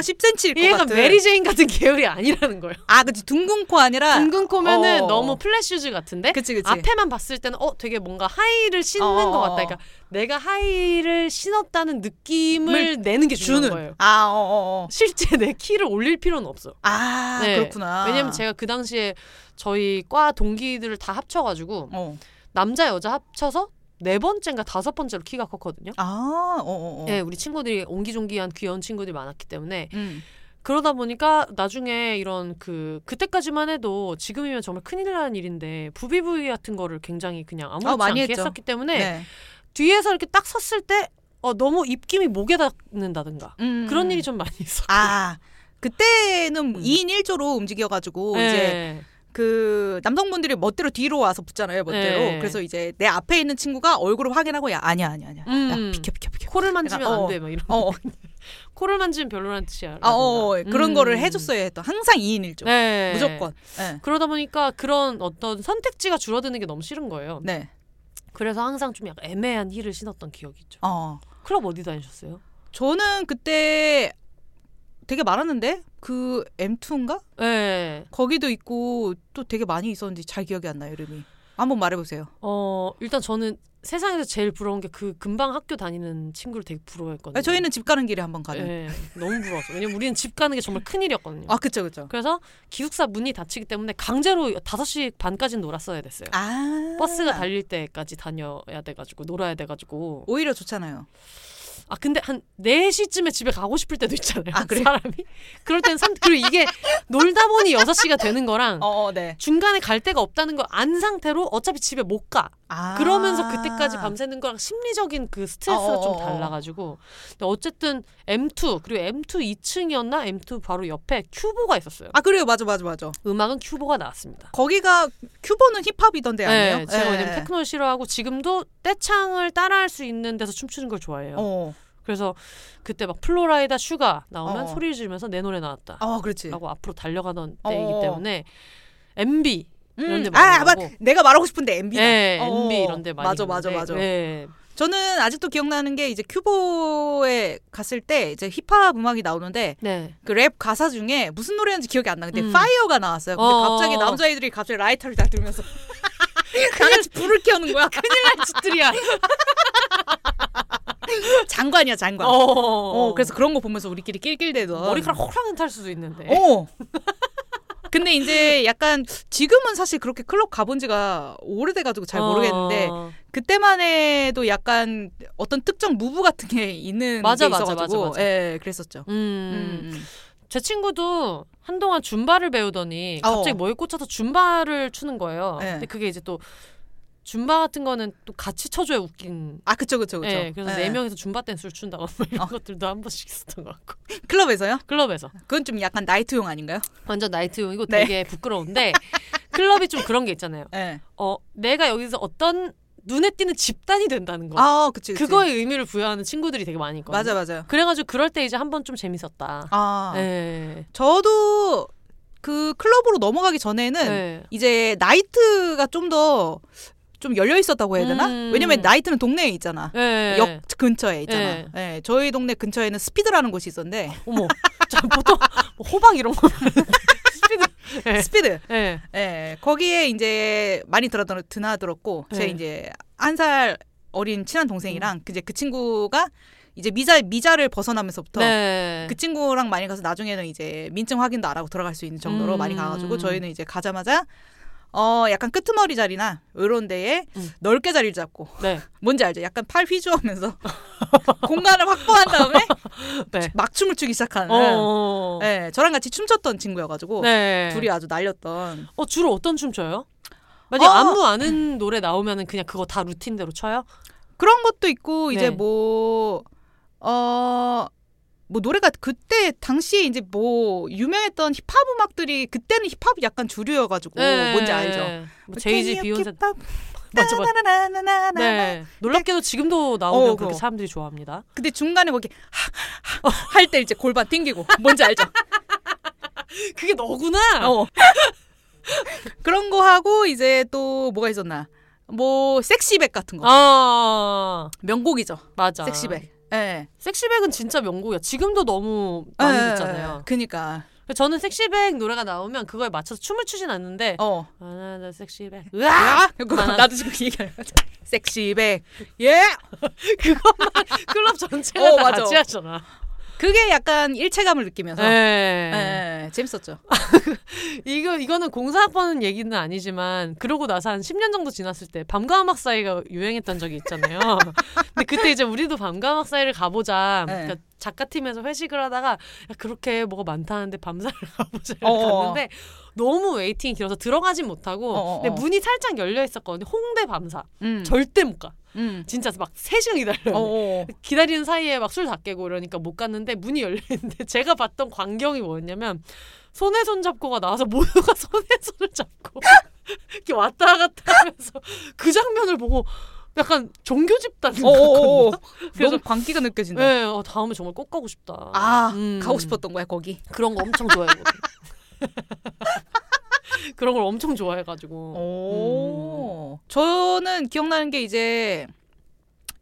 네. 10cm일 것 얘가 같은. 메리 제인 같은 계열이 아니라는 거예요. 아, 그치. 둥근 코 아니라. 둥근 코면은 네. 어. 너무 플랫슈즈 같은데 그치, 그치. 앞에만 봤을 때는 어 되게 뭔가 하이를 신는 어, 것 어, 같다. 어. 그러니까 내가 하이를 신었다는 느낌을 내는 게 중요한 주는. 거예요. 아, 어, 어, 어. 실제 내 키를 올릴 필요는 없어. 아, 네. 그렇구나. 왜냐면 제가 그 당시에 저희 과 동기들을 다 합쳐가지고 어. 남자 여자 합쳐서 네 번째인가 다섯 번째로 키가 컸거든요. 아, 어, 어, 어. 예, 우리 친구들이 옹기종기한 귀여운 친구들이 많았기 때문에 음. 그러다 보니까 나중에 이런 그 그때까지만 해도 지금이면 정말 큰일 나는 일인데 부비부위 같은 거를 굉장히 그냥 아무렇지 어, 많이 않게 했죠. 했었기 때문에 네. 뒤에서 이렇게 딱 섰을 때 어, 너무 입김이 목에 닿는다든가 음. 그런 일이 좀 많이 있어. 아, 그때는 음. 예. 2인 1조로 움직여가지고 이제 그 남성분들이 멋대로 뒤로 와서 붙잖아요, 멋대로. 네. 그래서 이제 내 앞에 있는 친구가 얼굴을 확인하고 야 아니야 아니야 아니야. 음. 야 비켜 비켜 비켜. 코를 만지면 약간, 어. 안 돼 막 이런. 어, 어, 코를 만지면 별로란 뜻이야. 아, 어, 라든가. 그런 음. 거를 해줬어야 했던 항상 2인 1조 네. 무조건. 네. 그러다 보니까 그런 어떤 선택지가 줄어드는 게 너무 싫은 거예요. 네. 그래서 항상 좀 약간 애매한 힐을 신었던 기억이 있죠. 어, 클럽 어디 다니셨어요? 저는 그때 되게 많았는데 그 M2인가 네. 거기도 있고 또 되게 많이 있었는데 잘 기억이 안 나요 이름이. 한번 말해보세요. 어, 일단 저는 세상에서 제일 부러운 게 그 금방 학교 다니는 친구를 되게 부러워했거든요. 아니, 네, 저희는 집 가는 길에 한번 가는. 예, 너무 부러웠어. 왜냐면 우리는 집 가는 게 정말 큰 일이었거든요. 아 그쵸 그쵸. 그래서 기숙사 문이 닫히기 때문에 강제로 5시 반까지 놀았어야 됐어요. 아 버스가 달릴 때까지 다녀야 돼가지고 놀아야 돼가지고 오히려 좋잖아요. 아 근데 한 4시쯤에 집에 가고 싶을 때도 있잖아요 아, 그래요? 사람이 그럴 땐 삼, 그리고 이게 놀다 보니 6시가 되는 거랑 어, 어 네. 중간에 갈 데가 없다는 걸 안 상태로 어차피 집에 못 가. 아. 그러면서 그때까지 밤새는 거랑 심리적인 그 스트레스가 어, 어, 좀 어, 어. 달라가지고. 근데 어쨌든 M2 그리고 M2 2층이었나 M2 바로 옆에 큐보가 있었어요. 아 그래요 맞아 맞아 맞아. 음악은 큐보가 나왔습니다. 거기가 큐버는 힙합이던데 아니에요? 네, 제가 예. 왜냐면 테크노를 싫어하고 지금도 떼창을 따라할 수 있는 데서 춤추는 걸 좋아해요. 어. 그래서 그때 막 플로라이다 슈가 나오면 어. 소리를 지르면서 내 노래 나왔다. 아 그렇지. 라고 앞으로 달려가던 어. 때이기 때문에 MB 이런 데 많이 아, 맞. 나오고. 내가 말하고 싶은데 MB다. 어. 예, MB 이런 데 많이 맞아, 맞아, 있는데, 맞아. 예. 저는 아직도 기억나는 게 이제 큐보에 갔을 때 이제 힙합 음악이 나오는데 네. 그 랩 가사 중에 무슨 노래였는지 기억이 안 나는데 음. 파이어가 나왔어요. 근데 어. 갑자기 남자애들이 갑자기 라이터를 다 들면서 다 같이 불을 켜는 거야. 집들이야. 장관이야, 장관. 어. 어, 그래서 그런 거 보면서 우리끼리 낄낄대던 머리카락 호랑이 탈 수도 있는데. 어. 근데 이제 약간 지금은 사실 그렇게 클럽 가본 지가 오래돼가지고 잘 모르겠는데 어. 그때만 해도 약간 어떤 특정 무브 같은 게 있는 맞아, 게 맞아, 있어가지고 맞아, 맞아. 예 그랬었죠. 음. 음. 음. 제 친구도 한동안 줌바를 배우더니 어. 갑자기 뭐에 꽂혀서 줌바를 추는 거예요. 네. 근데 그게 이제 또 줌바 같은 거는 또 같이 쳐줘야 웃긴. 아 그쵸 그쵸 그쵸. 네, 그래서 예. 네. 명이서 줌바 댄스를 춘다거나 이런 어. 것들도 한 번씩 있었던 것 같고 클럽에서요? 클럽에서 그건 좀 약간 나이트용 아닌가요? 완전 나이트용이고 네. 되게 부끄러운데 클럽이 좀 그런 게 있잖아요. 예. 어 내가 여기서 어떤 눈에 띄는 집단이 된다는 거 아 그치 그치. 뭐? 그거에 의미를 부여하는 친구들이 되게 많이 있거든요. 맞아 맞아요. 그래가지고 그럴 때 이제 한 번 좀 재밌었다. 아 네. 저도 그 클럽으로 넘어가기 전에는 네. 이제 나이트가 좀 더 좀 열려 있었다고 해야 되나? 음. 왜냐면 나이트는 동네에 있잖아. 네. 역 근처에 있잖아. 예. 예. 저희 동네 근처에는 스피드라는 곳이 있었는데 어머. 저 보통 뭐 호박 이런 거. 네. 스피드. 네. 예, 거기에 이제 많이 들어 드나들었고 제 네. 음. 이제 한 살 어린 친한 동생이랑 그 이제 그 친구가 이제 미자 미자를 벗어나면서부터 네. 그 친구랑 많이 가서 나중에는 이제 민증 확인도 안 하고 돌아갈 수 있는 정도로 음. 많이 가가지고 저희는 이제 가자마자 어 약간 끄트머리 자리나 이런 데에 음. 넓게 자리를 잡고 네. 뭔지 알죠? 약간 팔 휘저으면서 공간을 확보한 다음에 네. 막 춤을 추기 시작하는 어. 네. 뭐 예, 저랑 같이 춤췄던 친구여가지고 둘이 아주 날렸던 어 주로 어떤 춤 춰요? 만약 어! 안무 아는 노래 나오면은 그냥 그거 다 루틴대로 쳐요? 그런 것도 있고 네. 이제 뭐 어. 뭐 노래가 그때 당시에 이제 뭐 유명했던 힙합 음악들이 그때는 힙합이 약간 주류여가지고 네. 뭔지 알죠? 뭐 제이지 비욘세 맞아 맞아. 맞아 네. 놀랍게도 지금도 나오면 어, 그렇게 그거. 사람들이 좋아합니다. 근데 중간에 뭐 거기 할 때 이제 골반 튕기고 뭔지 알죠? 그게 너구나. 어. 그런 거 하고 이제 또 뭐가 있었나? 뭐 섹시백 같은 거 아 명곡이죠. 맞아. 섹시백. 예. 섹시백은 진짜 명곡이야. 지금도 너무 많이 예, 듣잖아요. 그니까. 저는 섹시백 노래가 나오면 그거에 맞춰서 춤을 추진 않는데 어. 아나 섹시백 으아! 그거 나도 지금 그 얘기하려 섹시백. 예. 클럽 전체가 어, 다 맞아. 같이 하잖아. 그게 약간 일체감을 느끼면서 예. 네. 예, 재밌었죠. 이거 이거는 공사학번 얘기는 아니지만 그러고 나서 한 10년 정도 지났을 때 밤과 음악 사이가 유행했던 적이 있잖아요. 근데 그때 이제 우리도 밤과 음악 사이를 가보자. 네. 그러니까 작가팀에서 회식을 하다가 야, 그렇게 뭐가 많다는데 밤사이를 가보자 어어. 갔는데 너무 웨이팅이 길어서 들어가진 못하고 어어어. 근데 문이 살짝 열려 있었거든요. 홍대 밤사 음. 절대 못 가. 음. 진짜 막 3시간 기다려요. 어, 어. 기다리는 사이에 막 술 다 깨고 이러니까 못 갔는데 문이 열리는데 제가 봤던 광경이 뭐였냐면 손에 손 잡고가 나와서 모두가 손에 손을 잡고 이렇게 왔다 갔다 하면서 그 장면을 보고 약간 종교 집단 어, 어, 어. 같거든요. 그래서 너무 광기가 느껴진다. 네, 어, 다음에 정말 꼭 가고 싶다. 아 음. 가고 싶었던 거야 거기. 그런 거 엄청 좋아해요. 그런 걸 엄청 좋아해가지고. 오. 어. 저는 기억나는 게 이제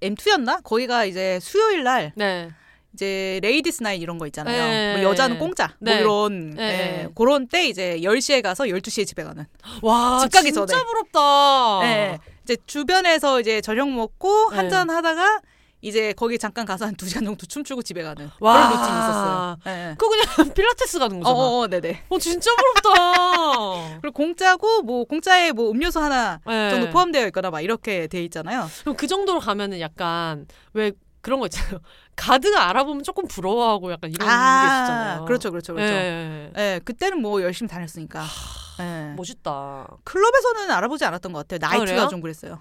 M2였나? 거기가 이제 수요일 날 네. 이제 레이디스 나이 이런 거 있잖아요. 네. 뭐 여자는 공짜. 네. 뭐 이런 네. 예, 그런 때 이제 10시에 가서 12시에 집에 가는. 와, 집 가기 진짜 전에. 부럽다. 예. 이제 주변에서 이제 저녁 먹고 어. 네. 한잔 하다가 이제 거기 잠깐 가서 한 두 시간 정도 춤추고 집에 가는 와. 그런 루틴이 있었어요. 네. 그거 그냥 필라테스 가는 어, 거잖아. 어, 어, 어, 네네. 진짜 부럽다. 그리고 공짜고 뭐 공짜에 뭐 음료수 하나 네. 정도 포함되어 있거나 막 이렇게 돼 있잖아요. 그럼 그 정도로 가면은 약간 왜 그런 거 있잖아요. 가드가 알아보면 조금 부러워하고 약간 이런 게 있잖아요. 아, 그렇죠, 그렇죠, 그렇죠. 예, 예. 그때는 뭐 열심히 다녔으니까. 예. 멋있다. 클럽에서는 알아보지 않았던 것 같아요. 나이트가 뭐 그래요? 좀 그랬어요.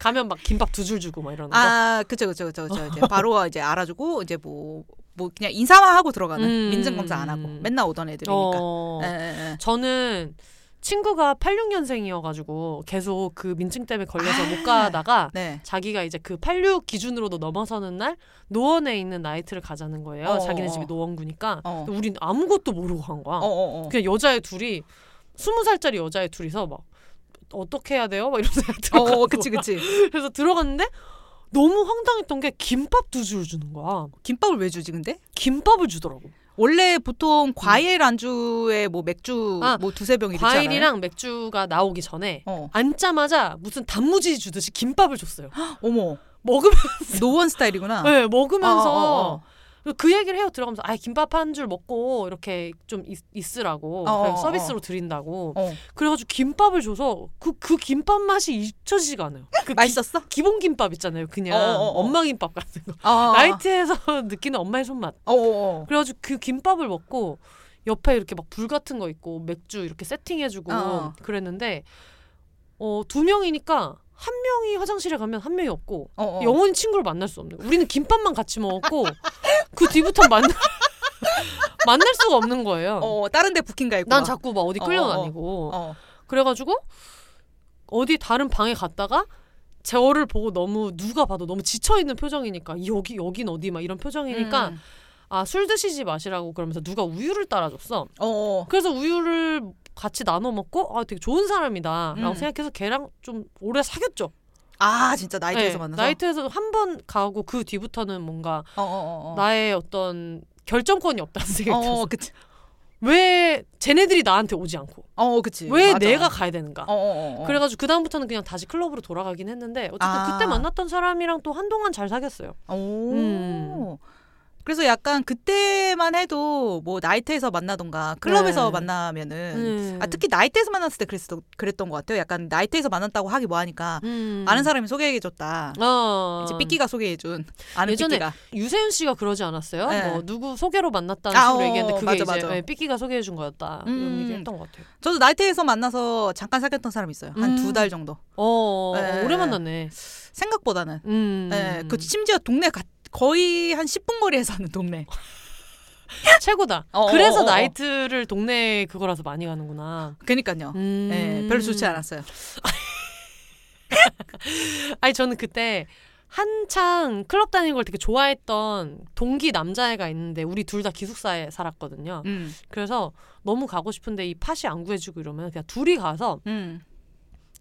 가면 막 김밥 두 줄 주고 막 이러는 거. 아, 그쵸, 그쵸, 그쵸, 그쵸. 어. 이제 바로 이제 알아주고 이제 뭐, 뭐 그냥 인사만 하고 들어가는 음. 민증 검사 안 하고 맨날 오던 애들이니까. 어. 예, 예, 예. 저는 친구가 86년생이어가지고 계속 그 민증 때문에 걸려서 아. 못 가다가 네. 자기가 이제 그 86 기준으로도 넘어서는 날 노원에 있는 나이트를 가자는 거예요. 어, 자기네 어. 집이 노원구니까. 어. 근데 우린 아무것도 모르고 간 거야. 어, 어, 어. 그냥 여자애 둘이 스무 살짜리 여자애 둘이서 막 어떻게 해야 돼요? 막 이러면서 어, 들어가고 어, 그치, 그치. 그래서 들어갔는데 너무 황당했던 게 김밥 두 줄 주는 거야. 김밥을 왜 주지, 근데? 김밥을 주더라고. 어, 원래 보통 과일 안주에 뭐 맥주 음. 아, 뭐 두세 병 이렇게. 과일이랑 맥주가 나오기 전에 어. 앉자마자 무슨 단무지 주듯이 김밥을 줬어요. 어머. 먹으면 노원 스타일이구나. 네, 아. 어, 먹으면서 어, 그 얘기를 해요. 들어가면서 아 김밥 한 줄 먹고 이렇게 좀 있, 있으라고 어, 그냥 어, 서비스로 드린다고. 어. 어. 그래가지고 김밥을 줘서 그 그 김밥 맛이 잊혀지지가 않아요. 그 기- 맛있었어? 기본 김밥 있잖아요. 그냥 어, 어, 어. 엄마 김밥 같은 거. 어. 아, 나이트에서 느끼는 엄마의 손맛. 어, 어, 어. 그래가지고 그 김밥을 먹고 옆에 이렇게 막 불 같은 거 있고 맥주 이렇게 세팅해주고 어, 어. 그랬는데 어, 두 명이니까 한 명이 화장실에 가면 한 명이 없고 어, 어. 영원히 친구를 만날 수 없는 거예요. 우리는 김밥만 같이 먹었고 그 뒤부터 만날 만날 수가 없는 거예요. 어, 다른 데 부킹 가 있고. 난 막. 자꾸 막 어디 어, 끌려다니고 어. 그래가지고 어디 다른 방에 갔다가 제어를 보고 너무 누가 봐도 너무 지쳐 있는 표정이니까 여기 여긴 어디 막 이런 표정이니까 음. 아 술 드시지 마시라고 그러면서 누가 우유를 따라줬어. 어, 어. 그래서 우유를 같이 나눠 먹고 아 되게 좋은 사람이다라고 음. 생각해서 걔랑 좀 오래 사귀었죠. 아, 진짜 나이트에서 네, 만나서. 나이트에서 한 번 가고 그 뒤부터는 뭔가 어, 어, 어. 어. 나의 어떤 결정권이 없다는 생각이 어, 들었어. 어, 그치. 왜 쟤네들이 나한테 오지 않고 어, 그치. 왜 맞아. 내가 가야 되는가? 어, 어, 어. 그래가지고 그 다음부터는 그냥 다시 클럽으로 돌아가긴 했는데 어쨌든 아. 그때 만났던 사람이랑 또 한동안 잘 사귀었어요. 오. 음. 그래서 약간 그때만 해도 뭐 나이트에서 만나던가 클럽에서 네. 만나면은 음. 아 특히 나이트에서 만났을 때 그랬던 그랬던 것 같아요. 약간 나이트에서 만났다고 하기 뭐하니까 음. 아는 사람이 소개해줬다. 어. 이제 삐끼가 소개해준 아는 예전에 삐끼가 유세윤 씨가 그러지 않았어요? 네. 뭐 누구 소개로 만났다는 아, 식으로 어, 얘기했는데 그게 맞아, 이제 맞아. 예, 삐끼가 소개해준 거였다 음. 이런 얘기했던 것 같아요. 저도 나이트에서 만나서 잠깐 사귀었던 사람이 있어요. 한 음. 두 달 정도. 어, 네. 오래 만났네. 생각보다는 음. 예, 그 심지어 동네 가, 거의 한 10분 거리에 사는 동네. 최고다. 어, 그래서 어, 어, 어. 나이트를 동네 그거라서 많이 가는구나. 그니까요. 음. 예, 별로 좋지 않았어요. 아니 저는 그때 한창 클럽 다니는 걸 되게 좋아했던 동기 남자애가 있는데 우리 둘 다 기숙사에 살았거든요. 음, 그래서 너무 가고 싶은데 이 팟이 안 구해지고 이러면 그냥 둘이 가서 음.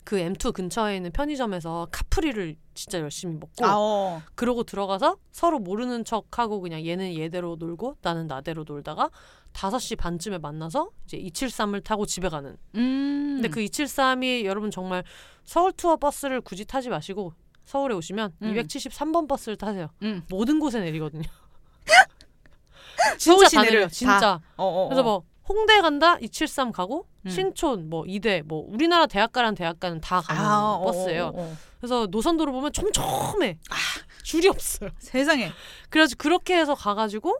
그 M2 근처에 있는 편의점에서 카프리를 진짜 열심히 먹고 아, 어. 그러고 들어가서 서로 모르는 척하고 그냥 얘는 얘대로 놀고 나는 나대로 놀다가 5시 반쯤에 만나서 이제 273을 타고 집에 가는 음. 근데 그 273이 여러분 정말 서울 투어 버스를 굳이 타지 마시고 서울에 오시면 음. 273번 버스를 타세요. 음. 모든 곳에 내리거든요. 진짜 서울시 다 내려요, 내려요. 진짜. 어, 어, 어. 그래서 뭐 홍대 간다 273 가고 음. 신촌 뭐 이대 뭐 우리나라 대학 가란 대학 가는 다 가는 아, 어, 버스예요. 어, 아. 어, 어. 그래서 노선도로 보면 촘촘해. 줄이 없어요. 세상에. 그래서 그렇게 해서 가가지고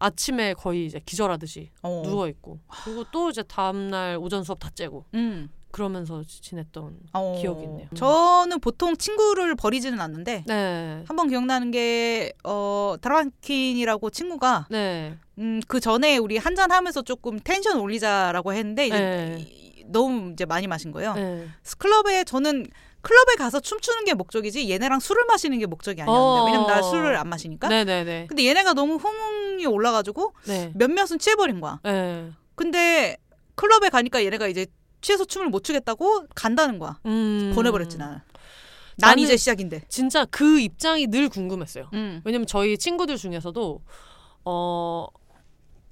아침에 거의 이제 기절하듯이 어. 누워 있고 그리고 또 이제 다음 날 오전 수업 다 째고 음. 그러면서 지냈던 어. 기억이 있네요. 음. 저는 보통 친구를 버리지는 않는데 네. 한 번 기억나는 게 어, 드라마킨이라고 친구가 네. 음, 그 전에 우리 한잔 하면서 조금 텐션 올리자라고 했는데 이제 네. 이- 너무 이제 많이 마신 거예요. 네. 그래서 클럽에 저는 클럽에 가서 춤추는 게 목적이지 얘네랑 술을 마시는 게 목적이 아니었는데 어. 왜냐면 나 술을 안 마시니까. 네네네. 근데 얘네가 너무 흥이 올라가지고 네. 몇몇은 취해버린 거야. 네. 근데 클럽에 가니까 얘네가 이제 취해서 춤을 못 추겠다고 간다는 거야. 음. 보내버렸지 나는. 난 나는- 이제 시작인데. 진짜 그 입장이 늘 궁금했어요. 왜냐면 저희 친구들 중에서도 어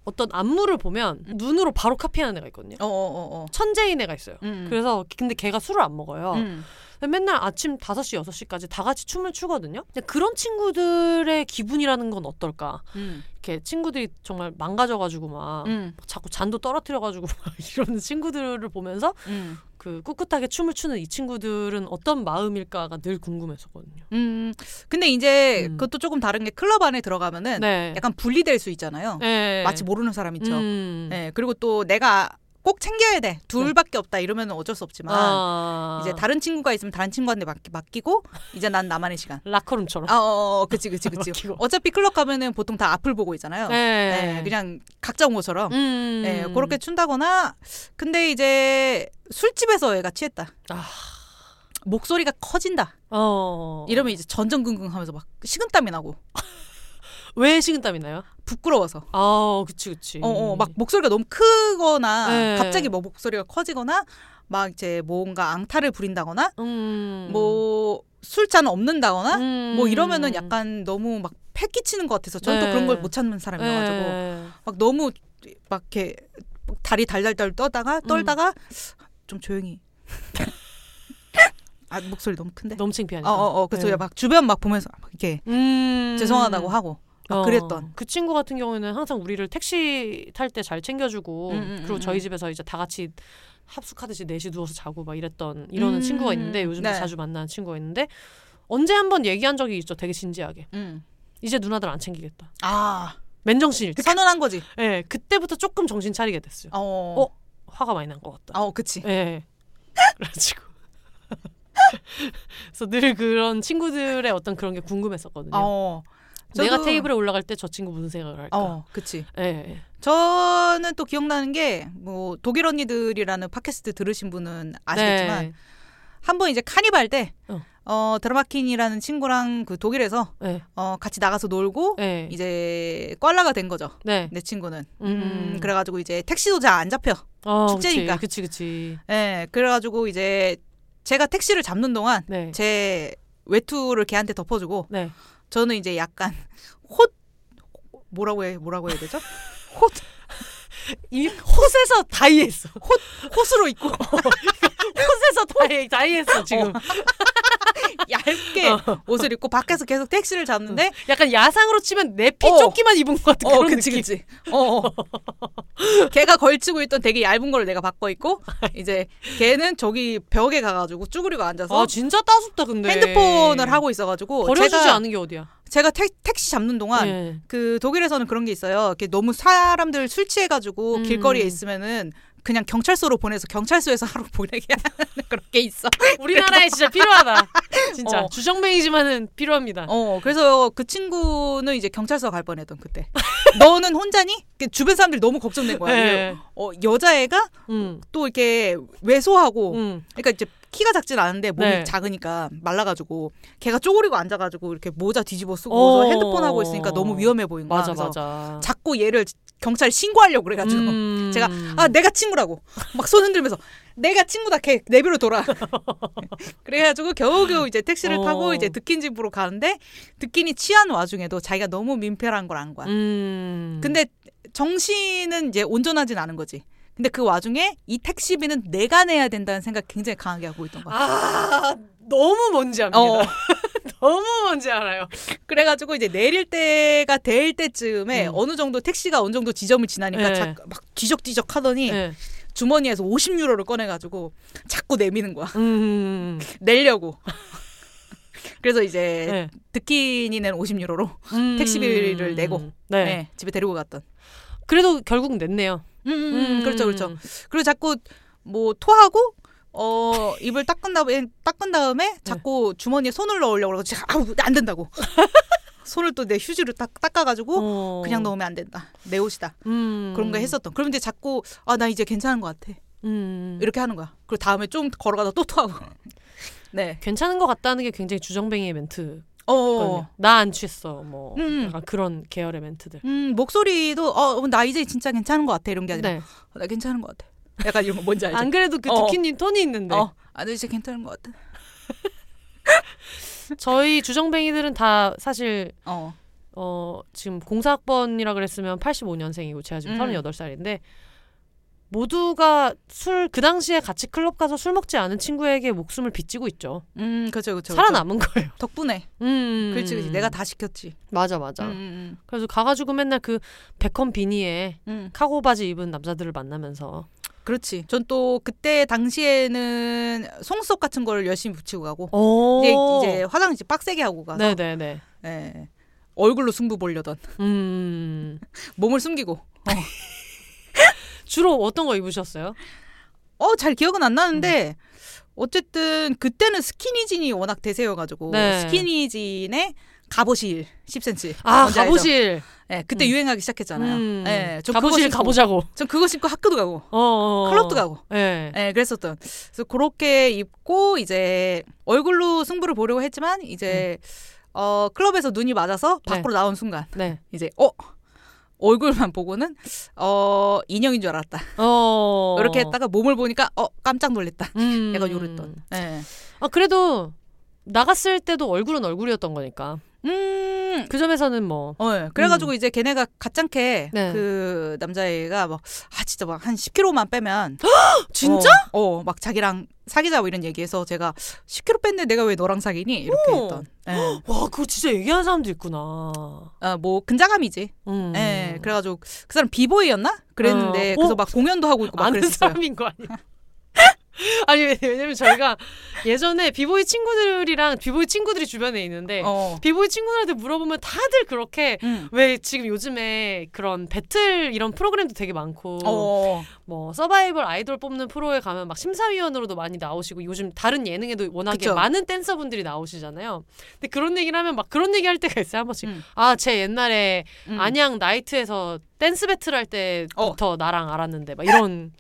어떤 안무를 보면 음. 눈으로 바로 카피하는 애가 있거든요. 어, 어어어 어. 천재인 애가 있어요. 음. 그래서 근데 걔가 술을 안 먹어요. 음. 맨날 아침 5시, 6시까지 다 같이 춤을 추거든요. 근데 그런 친구들의 기분이라는 건 어떨까? 음. 이렇게 친구들이 정말 망가져가지고 막 음. 자꾸 잔도 떨어뜨려가지고 막 이러는 친구들을 보면서 음. 그 꿋꿋하게 춤을 추는 이 친구들은 어떤 마음일까가 늘 궁금했었거든요. 음. 근데 이제 음. 그것도 조금 다른 게 클럽 안에 들어가면은 네. 약간 분리될 수 있잖아요. 네. 마치 모르는 사람 있죠. 음. 네, 그리고 또 내가 꼭 챙겨야 돼. 둘밖에 없다 이러면 어쩔 수 없지만 아. 이제 다른 친구가 있으면 다른 친구한테 맡, 맡기고 이제 난 나만의 시간. 라커룸처럼. 아, 어, 어, 그치, 그치, 그치. 맡기고. 어차피 클럽 가면은 보통 다 앞을 보고 있잖아요. 네. 네, 그냥 각자 온 것처럼. 음. 네, 그렇게 춘다거나 근데 이제 술집에서 애가 취했다. 아. 목소리가 커진다. 어. 이러면 이제 전전긍긍하면서 막 식은땀이 나고 왜 식은땀이 나요? 부끄러워서. 아, 그치, 그치. 어, 어, 막 목소리가 너무 크거나 네. 갑자기 뭐 목소리가 커지거나 막 이제 뭔가 앙탈을 부린다거나 음. 뭐 술잔 없는다거나 음. 뭐 이러면은 약간 너무 막 패끼치는 것 같아서 저는 네. 또 그런 걸 못 참는 사람이어가지고 예. 막 너무 막 이렇게 다리 달달달 음. 떠다가 떨다가 좀 조용히 아 목소리 너무 큰데 너무 창피하니까. 어어어 그래서 예. 막 주변 막 보면서 막 이렇게 음. 죄송하다고 하고 막 어. 그랬던 그 친구 같은 경우에는 항상 우리를 택시 탈 때 잘 챙겨주고 음, 음, 그리고 음, 저희 음. 집에서 이제 다 같이 합숙하듯이 넷이 누워서 자고 막 이랬던 이러는 음. 친구가 있는데 요즘 도 네. 자주 만나는 친구가 있는데 언제 한번 얘기한 적이 있죠 되게 진지하게 음. 이제 누나들 안 챙기겠다 아 맨정신일 때 선언한 거지 예 그때부터 조금 정신 차리게 됐어요 어어 어, 어. 화가 많이 난 것 같다 그치 예. 그래가지고. 그래서 늘 그런 친구들의 어떤 그런 게 궁금했었거든요. 어 내가 저도- 테이블에 올라갈 때 저 친구 무슨 생각을 할까? 어 그치 예, 예. 저는 또 기억나는 게 뭐 독일 언니들이라는 팟캐스트 들으신 분은 아시겠지만 네. 한 번 이제 카니발 때 어. 어. 드라마킨이라는 친구랑 그 독일에서 네. 어, 같이 나가서 놀고 네. 이제 꽐라가 된 거죠. 네. 내 친구는. 음. 음, 그래가지고 이제 택시도 잘 안 잡혀. 어, 축제니까. 그치, 그치. 그치. 예. 그래가지고 이제 제가 택시를 잡는 동안 네. 제 외투를 걔한테 덮어주고 네. 저는 이제 약간 헛 뭐라고 해 뭐라고 해야 되죠? 헛 이 호세서 다이했어. 헛으로 입고 호세서 다이 다이했어 지금. 얇게 어. 옷을 입고 밖에서 계속 택시를 잡는데 약간 야상으로 치면 내 피 어. 조끼만 입은 것 같은 그런 그치, 느낌. 그치. 어, 어. 걔가 걸치고 있던 되게 얇은 걸 내가 바꿔 입고 이제 걔는 저기 벽에 가가지고 쭈그리고 앉아서 아 진짜 따숩다 근데. 핸드폰을 하고 있어가지고 버려주지 제가 않은 게 어디야? 제가 택, 택시 잡는 동안 예. 그 독일에서는 그런 게 있어요. 이렇게 너무 사람들 술 취해가지고 음. 길거리에 있으면은 그냥 경찰서로 보내서 경찰서에서 하루 보내게 하는 그런 게 있어. 우리나라에 진짜 필요하다. 진짜 어. 주정뱅이지만은 필요합니다. 어, 그래서 그 친구는 이제 경찰서 갈 뻔했던 그때. 너는 혼자니? 이렇게 주변 사람들이 너무 걱정된 거야. 예. 어, 여자애가 음. 또 이렇게 왜소하고 음. 그러니까 이제 키가 작진 않은데 몸이 네. 작으니까 말라가지고 걔가 쪼그리고 앉아가지고 이렇게 모자 뒤집어 어. 쓰고 핸드폰 하고 있으니까 너무 위험해 보인 거야. 맞아 그래서 맞아. 자꾸 얘를 경찰 신고하려고 그래가지고 음. 제가 아 내가 친구라고 막 손 흔들면서 내가 친구다 걔 내비로 돌아. 그래가지고 겨우겨우 이제 택시를 어. 타고 이제 득킨 집으로 가는데 득킨이 취한 와중에도 자기가 너무 민폐란 걸 안 거야. 음. 근데 정신은 이제 온전하진 않은 거지. 근데 그 와중에 이 택시비는 내가 내야 된다는 생각 굉장히 강하게 하고 있던 거야. 아 너무 뭔지 압니다. 어, 너무 뭔지 알아요. 그래가지고 이제 내릴 때가 될 때쯤에 음. 어느 정도 택시가 어느 정도 지점을 지나니까 네. 자- 막 뒤적뒤적 하더니 예. 주머니에서 50유로를 꺼내가지고 자꾸 내미는 거야. 음. 내려고. 그래서 이제 네. 듣기니는 50유로로 음. 택시비를 내고. 네. 집에 데리고 갔던. 그래도 결국 냈네요. 음, 음, 그렇죠, 그렇죠. 음. 그리고 자꾸 뭐 토하고 어 입을 닦은 다음에 닦은 다음에 네. 자꾸 주머니에 손을 넣으려고 그러고 제가 아우 안 된다고 손을 또 내 휴지로 딱 닦아가지고 어. 그냥 넣으면 안 된다 내 옷이다 음. 그런 거 했었던 그럼 이제 자꾸 아 나 이제 괜찮은 것 같아 음. 이렇게 하는 거야 그리고 다음에 좀 걸어가다 또 토하고 네 괜찮은 것 같다는 게 굉장히 주정뱅이의 멘트. 어. 나안 취했어. 뭐 음. 약간 그런 계열의 멘트들. 음 목소리도 어나 이제 진짜 괜찮은 것 같아 이런 게 아니라 네. 어, 나 괜찮은 것 같아 약간 이런 거 뭔지 알죠? 안 그래도 그 어. 두키님 톤이 있는데 어, 아, 나 이제 괜찮은 것 같아. 저희 주정뱅이들은 다 사실 어, 어 지금 공사학번이라 그랬으면 85년생이고 제가 지금 음. 38살인데 모두가 술 그 당시에 같이 클럽 가서 술 먹지 않은 친구에게 목숨을 빚지고 있죠. 음, 그렇죠, 그렇죠. 살아남은 거예요. 덕분에. 음. 그렇지, 그렇지. 내가 다 시켰지. 맞아 맞아. 음, 음, 그래서 가가지고 맨날 그 베컴 비니에 음. 음. 카고 바지 입은 남자들을 만나면서 그렇지. 전 또 그때 당시에는 속속 같은 걸 열심히 붙이고 가고 오. 어. 이제, 이제 화장실 빡세게 하고 가서 네네네. 예. 얼굴로 승부 보려던 음. 몸을 숨기고 주로 어떤 거 입으셨어요? 어 잘 기억은 안 나는데 음. 어쨌든 그때는 스키니진이 워낙 대세여가지고 네. 스키니진에 갑오실 10cm 아 뭔지 알죠? 갑오실. 예, 그때 음. 유행하기 시작했잖아요 음. 예, 저 그거 갑오실 신고- 가보자고. 전 그거 신고 학교도 가고 어, 어. 어. 클럽도 가고 예. 예, 그랬었던. 그래서 그렇게 입고 이제 얼굴로 승부를 보려고 했지만 이제 음. 어 클럽에서 눈이 맞아서 밖으로 나온 순간 네. 이제 어 얼굴만 보고는 어 인형인 줄 알았다. 어. 이렇게 했다가 몸을 보니까 어 깜짝 놀랐다. 음. 약간 요랬던. 예. 아 그래도 나갔을 때도 얼굴은 얼굴이었던 거니까. 음. 그 점에서는 뭐. 어, 예. 그래가지고 이제 걔네가 가짱캐 네. 그 남자애가 막 아 진짜 막 한 10kg만 빼면 어, 어, 막 자기랑 사귀자고 이런 얘기해서 제가 10kg 뺐는데 내가 왜 너랑 사귀니 이렇게 오. 했던. 예. 와 그거 진짜 얘기하는 사람도 있구나. 아, 뭐 근자감이지. 음. 예. 그래가지고 그 사람 비보이였나? 그랬는데 어. 그래서 어? 막 공연도 하고 있고 막 아는 그랬었어요. 사람인 거 아니야? 아니 왜- 왜냐면 저희가 예전에 비보이 친구들이랑 비보이 친구들이 주변에 있는데 어. 비보이 친구들한테 물어보면 다들 그렇게 음. 왜 지금 요즘에 그런 배틀 이런 프로그램도 되게 많고 어. 뭐 서바이벌 아이돌 뽑는 프로에 가면 막 심사위원으로도 많이 나오시고 요즘 다른 예능에도 워낙에 그쵸. 많은 댄서분들이 나오시잖아요. 근데 그런 얘기를 하면 막 그런 얘기 할 때가 있어요 한 번씩. 음. 아 제 옛날에 음. 안양 나이트에서 댄스 배틀 할 때부터 나랑 알았는데 막 이런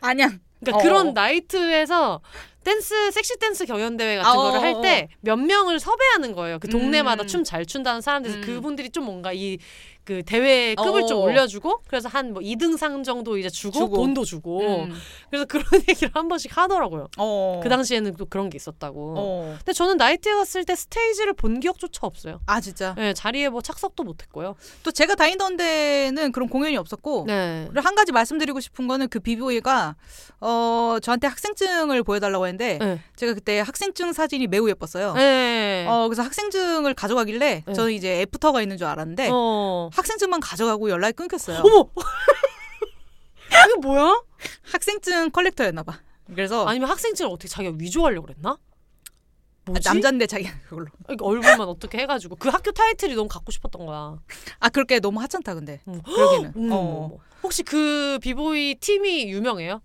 아니야. 그러니까 어. 그런 나이트에서 댄스 섹시 댄스 경연 대회 같은 아, 거를 어, 할 때 몇 명을 섭외하는 거예요. 그 동네마다 음. 춤 잘 춘다는 사람들 서 음. 그분들이 좀 뭔가 이 그 대회 급을 좀 어. 올려주고 그래서 한 뭐 2등상 정도 이제 주고, 주고. 돈도 주고 음. 그래서 그런 얘기를 한 번씩 하더라고요. 어. 그 당시에는 또 그런 게 있었다고. 어. 근데 저는 나이트에 갔을 때 스테이지를 본 기억조차 없어요. 아 진짜. 네, 자리에 뭐 착석도 못했고요. 또 제가 다니던 데는 그런 공연이 없었고 네. 그리고 한 가지 말씀드리고 싶은 거는 그 비보이가 어 저한테 학생증을 보여달라고 했는데 네. 제가 그때 학생증 사진이 매우 예뻤어요. 네. 어 그래서 학생증을 가져가길래 네. 저는 이제 애프터가 있는 줄 알았는데 어. 학생증만 가져가고 연락이 끊겼어요. 어머. 이게 뭐야? 학생증 컬렉터였나 봐. 그래서 아니면 학생증을 어떻게 자기가 위조하려고 그랬나? 뭐지? 아, 남잔데 자기 그걸로. 그러니까 얼굴만 어떻게 해가지고 그 학교 타이틀이 너무 갖고 싶었던 거야. 아 그렇게 너무 하찮다 근데. 음. 그러기는. 음. 어. 혹시 그 비보이 팀이 유명해요?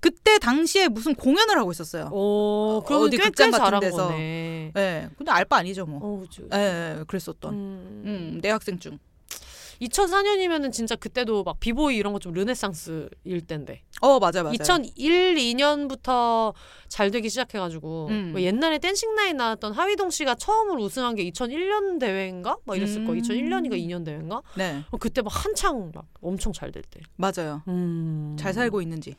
그때 당시에 무슨 공연을 하고 있었어요. 오, 그럼 어디 꽤, 꽤 극장 같은 잘한 데서. 거네. 예. 근데 알 바 아니죠 뭐. 어, 그죠. 예, 예, 그랬었던. 음. 음, 내 학생증. 2004년이면은 진짜 그때도 막 비보이 이런 거 좀 르네상스일 때인데. 어 맞아 맞아. 2001, 2년부터 잘 되기 시작해가지고 음. 뭐 옛날에 댄싱 라인 나왔던 하위동 씨가 처음으로 우승한 게 2001년 대회인가? 막 이랬을 거야. 음. 2001년인가 2년 대회인가? 네 어, 그때 막 한창 막 엄청 잘 될 때. 맞아요. 음. 잘 살고 있는지.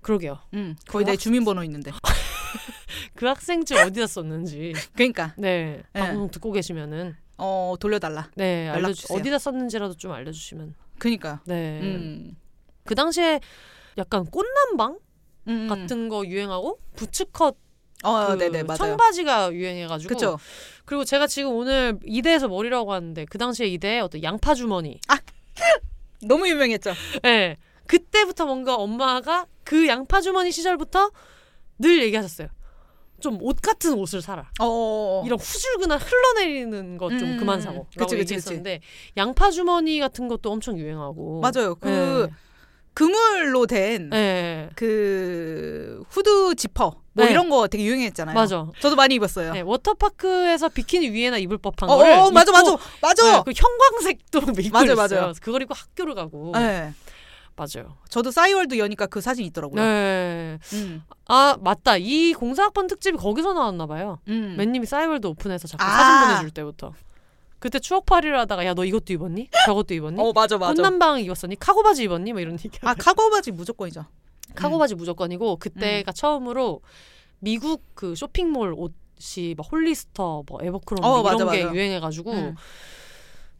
그러게요. 음 거의 그 내 주민번호 있는데. 그 학생증 어디다 썼는지. 그러니까 네. 네. 방송 듣고 계시면은 어 돌려달라. 네 연락 알려 주세요. 어디다 썼는지라도 좀 알려주시면. 그러니까. 네. 음. 그 당시에 약간 꽃남방 음. 같은 거 유행하고 부츠컷 어, 그 네네 맞아요. 청바지가 유행해가지고. 그쵸. 그리고 제가 지금 오늘 이대에서 머리라고 하는데 그 당시에 이대에 어떤 양파 주머니. 그 너무 유명했죠. 어, 네. 그때부터 뭔가 엄마가 그 양파 주머니 시절부터 늘 얘기하셨어요. 좀 옷 같은 옷을 사라. 어. 이런 후줄근한 흘러내리는 것 좀 음, 그만 음, 사고 음. 라고 그치, 그치, 얘기했었는데 양파 주머니 같은 것도 엄청 유행하고 맞아요. 그 네. 그물로 된 예. 예. 그 후드 지퍼 뭐 네. 이런 거 되게 유행했잖아요. 맞아 저도 많이 입었어요. 예, 워터파크에서 비키니 위에나 입을 법한 어, 거를 어, 맞아, 맞아, 입고, 맞아. 예, 그 형광색도 입고 맞아요, 있어요 맞아요. 그걸 입고 학교를 가고 네. 맞아요 저도 싸이월드 여니까 그 사진 있더라고요. 네. 음, 아 맞다 이 공사학번 특집이 거기서 나왔나 봐요 음. 맨님이 싸이월드 오픈해서 자꾸 아. 사진 보내줄 때부터 그때 추억팔이를 하다가 야 너 이것도 입었니? 저것도 입었니? 어 맞아 맞아. 꽃남방 입었었니? 카고바지 입었니? 뭐 이런 얘기 아 카고 바지 무조건이죠. 카고 바지 무조건이고 그때가 처음으로 미국 그 쇼핑몰 옷이 막 홀리스터 뭐 에버크롬비 어, 이런 맞아, 게 맞아. 유행해가지고 음.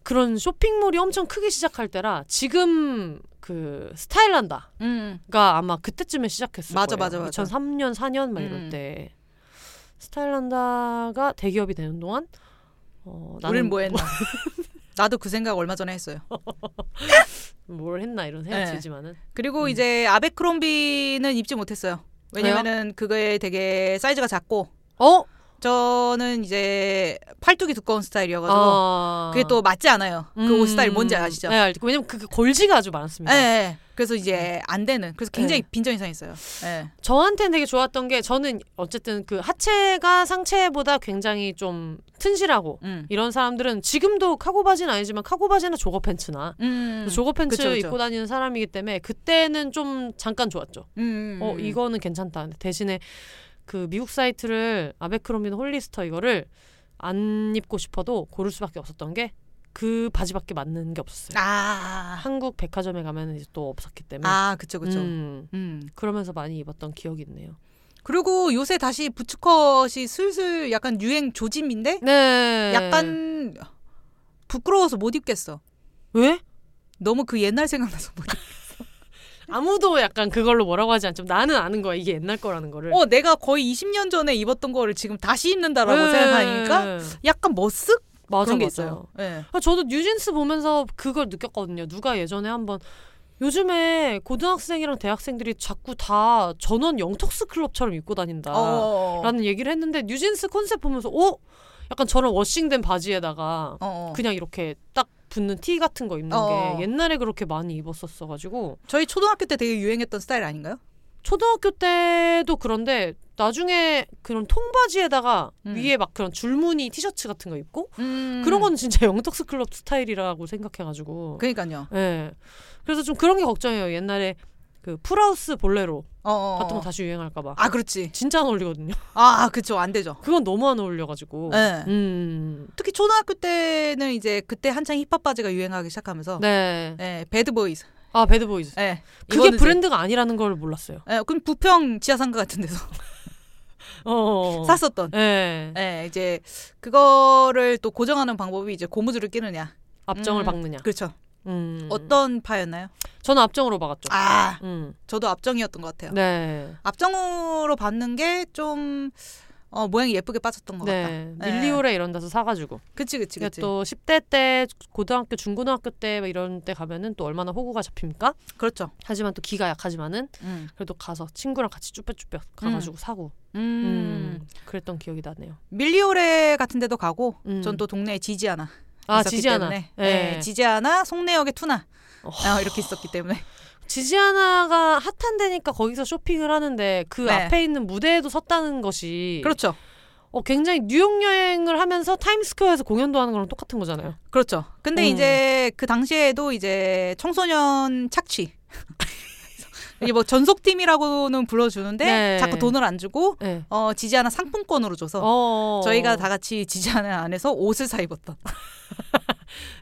그런 쇼핑몰이 엄청 크게 시작할 때라 지금 그 스타일란다. 음. 가 아마 그때쯤에 시작했을 맞아, 거예요. 맞아, 맞아. 2003년 4년 막 이럴 음. 때 스타일란다가 대기업이 되는 동안 어, 우린 나는 뭐 했나? 나도 그 생각 얼마 전에 했어요. 뭘 했나 이런 네. 생각 들지만은 그리고 음. 이제 아베크롬비는 입지 못했어요. 왜냐면은 그게 되게 사이즈가 작고 어? 저는 이제 팔뚝이 두꺼운 스타일이어가지고 아. 그게 또 맞지 않아요. 그 옷 스타일 뭔지 아시죠? 네, 알죠. 왜냐면 그 골지가 아주 예, 많았습니다. 예. 그래서 이제 안 되는. 그래서 굉장히 음. 네. 빈정이 상했어요. 예. 저한테는 되게 좋았던 게 저는 어쨌든 그 하체가 상체보다 굉장히 좀 튼실하고 음. 이런 사람들은 지금도 카고 바지는 아니지만 카고 바지나 조거 팬츠나 음. 예. 조거 팬츠 그쵸, 그쵸. 입고 다니는 사람이기 때문에 그때는 좀 잠깐 좋았죠. 음. 어 이거는 괜찮다. 근데 대신에 그 미국 사이트를 아베크롬비나 홀리스터 이거를 안 입고 싶어도 고를 수밖에 없었던 게 그 바지밖에 맞는 게 없었어요. 아. 한국 백화점에 가면 이제 또 없었기 때문에 아, 그쵸, 그쵸. 음. 네. 음, 그러면서 많이 입었던 기억이 있네요. 그리고 요새 다시 부츠컷이 슬슬 약간 유행 조짐인데 네. 약간 부끄러워서 못 입겠어. 왜? 너무 그 옛날 생각나서 못 입겠어. 아무도 약간 그걸로 뭐라고 하지 않죠. 나는 아는 거야. 이게 옛날 거라는 거를. 어, 내가 거의 20년 전에 입었던 거를 지금 다시 입는다라고 네. 생각하니까 약간 머쓱 맞아 그런 게 맞아. 있어요. 예. 아, 저도 뉴진스 보면서 그걸 느꼈거든요. 누가 예전에 한번 요즘에 고등학생이랑 대학생들이 자꾸 다 전원 영턱스 클럽처럼 입고 다닌다. 어. 라는 얘기를 했는데 뉴진스 컨셉 보면서 어? 약간 저런 워싱된 바지에다가 어. 그냥 이렇게 딱 붙는 티 같은 거 입는 어. 게 옛날에 그렇게 많이 입었었어 가지고 저희 초등학교 때 되게 유행했던 스타일 아닌가요? 초등학교 때도 그런데 나중에 그런 통바지에다가 음. 위에 막 그런 줄무늬 티셔츠 같은 거 입고 그런 건 진짜 영턱스 클럽 스타일이라고 생각해가지고 그러니까요. 예 그래서 좀 그런 게 걱정이에요 옛날에 그 풀하우스 볼레로 어, 어. 같은 거 다시 유행할까봐 아, 그렇지. 진짜 안 어울리거든요 아, 아, 그쵸. 안 되죠. 그건 너무 안 어울려가지고 예. 음. 특히 초등학교 때는 이제 그때 한창 힙합 바지가 유행하기 시작하면서 네. 예, 배드보이즈. 아, 배드보이즈. 예. 그게 이거는 브랜드가 아니라는 걸 몰랐어요. 이제- 예, 그럼 부평 지하상가 같은 데서 어. 샀었던. 네. 예, 이제 그거를 또 고정하는 방법이 이제 고무줄을 끼느냐. 앞정을 음. 박느냐. 그렇죠. 음. 어떤 파였나요? 저는 앞정으로 박았죠. 아, 음. 저도 앞정이었던 것 같아요. 네. 앞정으로 받는 게 좀 어, 모양이 예쁘게 빠졌던 것 같다. 네. 네. 밀리오레 이런 데서 사가지고. 그치, 그치, 그게 그치. 또 10대 때, 고등학교, 중고등학교 때 이런 때 가면은 또 얼마나 호구가 잡힙니까? 그렇죠. 하지만 또 기가 약하지만은 음. 그래도 가서 친구랑 같이 쭈뼛쭈뼛 가가지고 사고. 음. 음. 그랬던 기억이 나네요. 밀리오레 같은 데도 가고, 음. 전 또 동네에 지지하나. 아, 있었기 지지아나. 때문에. 예. 네, 지지하나, 송내역의 투나. 어. 아, 이렇게 있었기 때문에. 지지아나가 핫한 데니까 거기서 쇼핑을 하는데 그 네. 앞에 있는 무대에도 섰다는 것이 그렇죠. 어, 굉장히 뉴욕 여행을 하면서 타임스퀘어에서 공연도 하는 거랑 똑같은 거잖아요. 그렇죠. 근데 음. 이제 그 당시에도 이제 청소년 착취. 이게 뭐 전속팀이라고는 불러주는데 네. 자꾸 돈을 안 주고 네. 어, 지지하나 상품권으로 줘서 어. 저희가 다 같이 지지하나 안에서 옷을 사 입었던.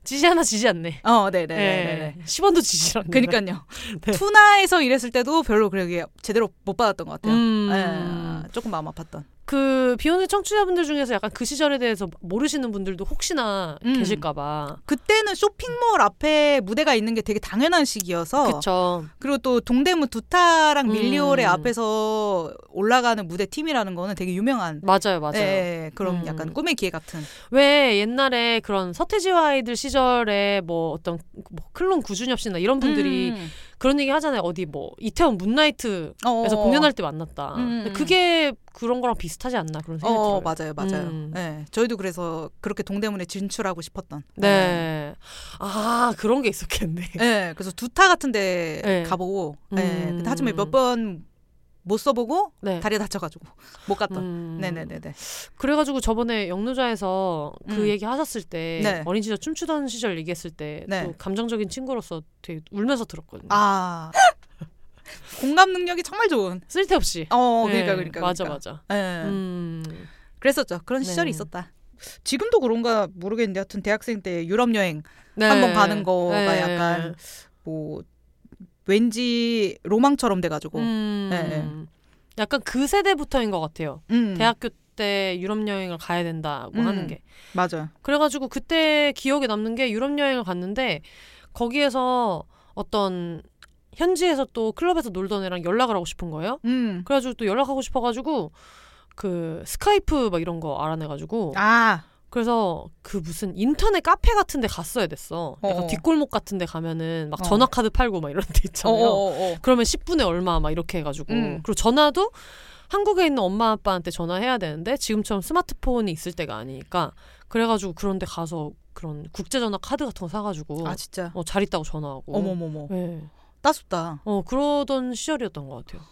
지지아나 지지 않네. 어, 네네. 네. 10원도 지지 않네. 그러니까요. 네. 투나에서 일했을 때도 별로 그렇게 제대로 못 받았던 것 같아요. 음. 예, 조금 마음 아팠던. 그 비오는 청취자분들 중에서 약간 그 시절에 대해서 모르시는 분들도 혹시나 음. 계실까봐. 그때는 쇼핑몰 앞에 무대가 있는 게 되게 당연한 시기여서 그쵸. 어. 그리고 또 동대문 두타랑 음. 밀리오레 앞에서 올라가는 무대 팀이라는 거는 되게 유명한 맞아요, 맞아요. 예, 예, 그런 음. 약간 꿈의 기회 같은 왜 옛날에 그런 서태지와 아이들 시절에 뭐 어떤 뭐 클론 구준엽 씨나 이런 분들이 음. 그런 얘기 하잖아요. 어디 뭐 이태원 문나이트에서 어, 어, 공연할 때 만났다. 음, 근데 음. 그게 그런 거랑 비슷하지 않나 그런 어, 생각이 어, 들어요. 맞아요, 맞아요. 음. 예, 저희도 그래서 그렇게 동대문에 진출하고 싶었던. 네. 아 그런 게 있었겠네. 예, 예, 그래서 두타 같은데 네. 가보고, 예, 음. 근데 하지만 몇 번 못 써보고 네. 다리에 다쳐가지고 못 갔던. 음. 네네네네. 그래가지고 저번에 영노자에서 그 음. 얘기 하셨을 때 네. 어린 시절 춤추던 시절 얘기했을 때 또 네. 감정적인 친구로서 되게 울면서 들었거든요. 아, 공감 능력이 정말 좋은. 쓸데없이. 어, 네, 그러니까 그러니까. 맞아 그러니까. 맞아. 예. 음. 그랬었죠. 그런 네. 시절이 있었다. 지금도 그런가 모르겠는데 하여튼 대학생 때 유럽 여행 네. 한번 가는 거가 네. 약간 뭐 왠지 로망처럼 돼가지고 음. 뭐. 네, 네. 약간 그 세대부터인 것 같아요. 음. 대학교 때 유럽 여행을 가야 된다고 음. 하는 게 맞아요. 그래가지고 그때 기억에 남는 게 유럽 여행을 갔는데 거기에서 어떤 현지에서 또 클럽에서 놀던 애랑 연락을 하고 싶은 거예요. 음. 그래가지고 또 연락하고 싶어가지고 그 스카이프 막 이런 거 알아내가지고 아, 그래서 그 무슨 인터넷 카페 같은 데 갔어야 됐어. 약간 어어. 뒷골목 같은 데 가면은 막 어. 전화카드 팔고 막 이런 데 있잖아요. 어어어. 그러면 10분에 얼마 막 이렇게 해가지고 음. 그리고 전화도 한국에 있는 엄마 아빠한테 전화해야 되는데 지금처럼 스마트폰이 있을 때가 아니니까 그래가지고 그런 데 가서 그런 국제전화 카드 같은 거 사가지고 아 진짜. 어, 잘 있다고 전화하고 어머머머. 예. 따숩다. 어 그러던 시절이었던 것 같아요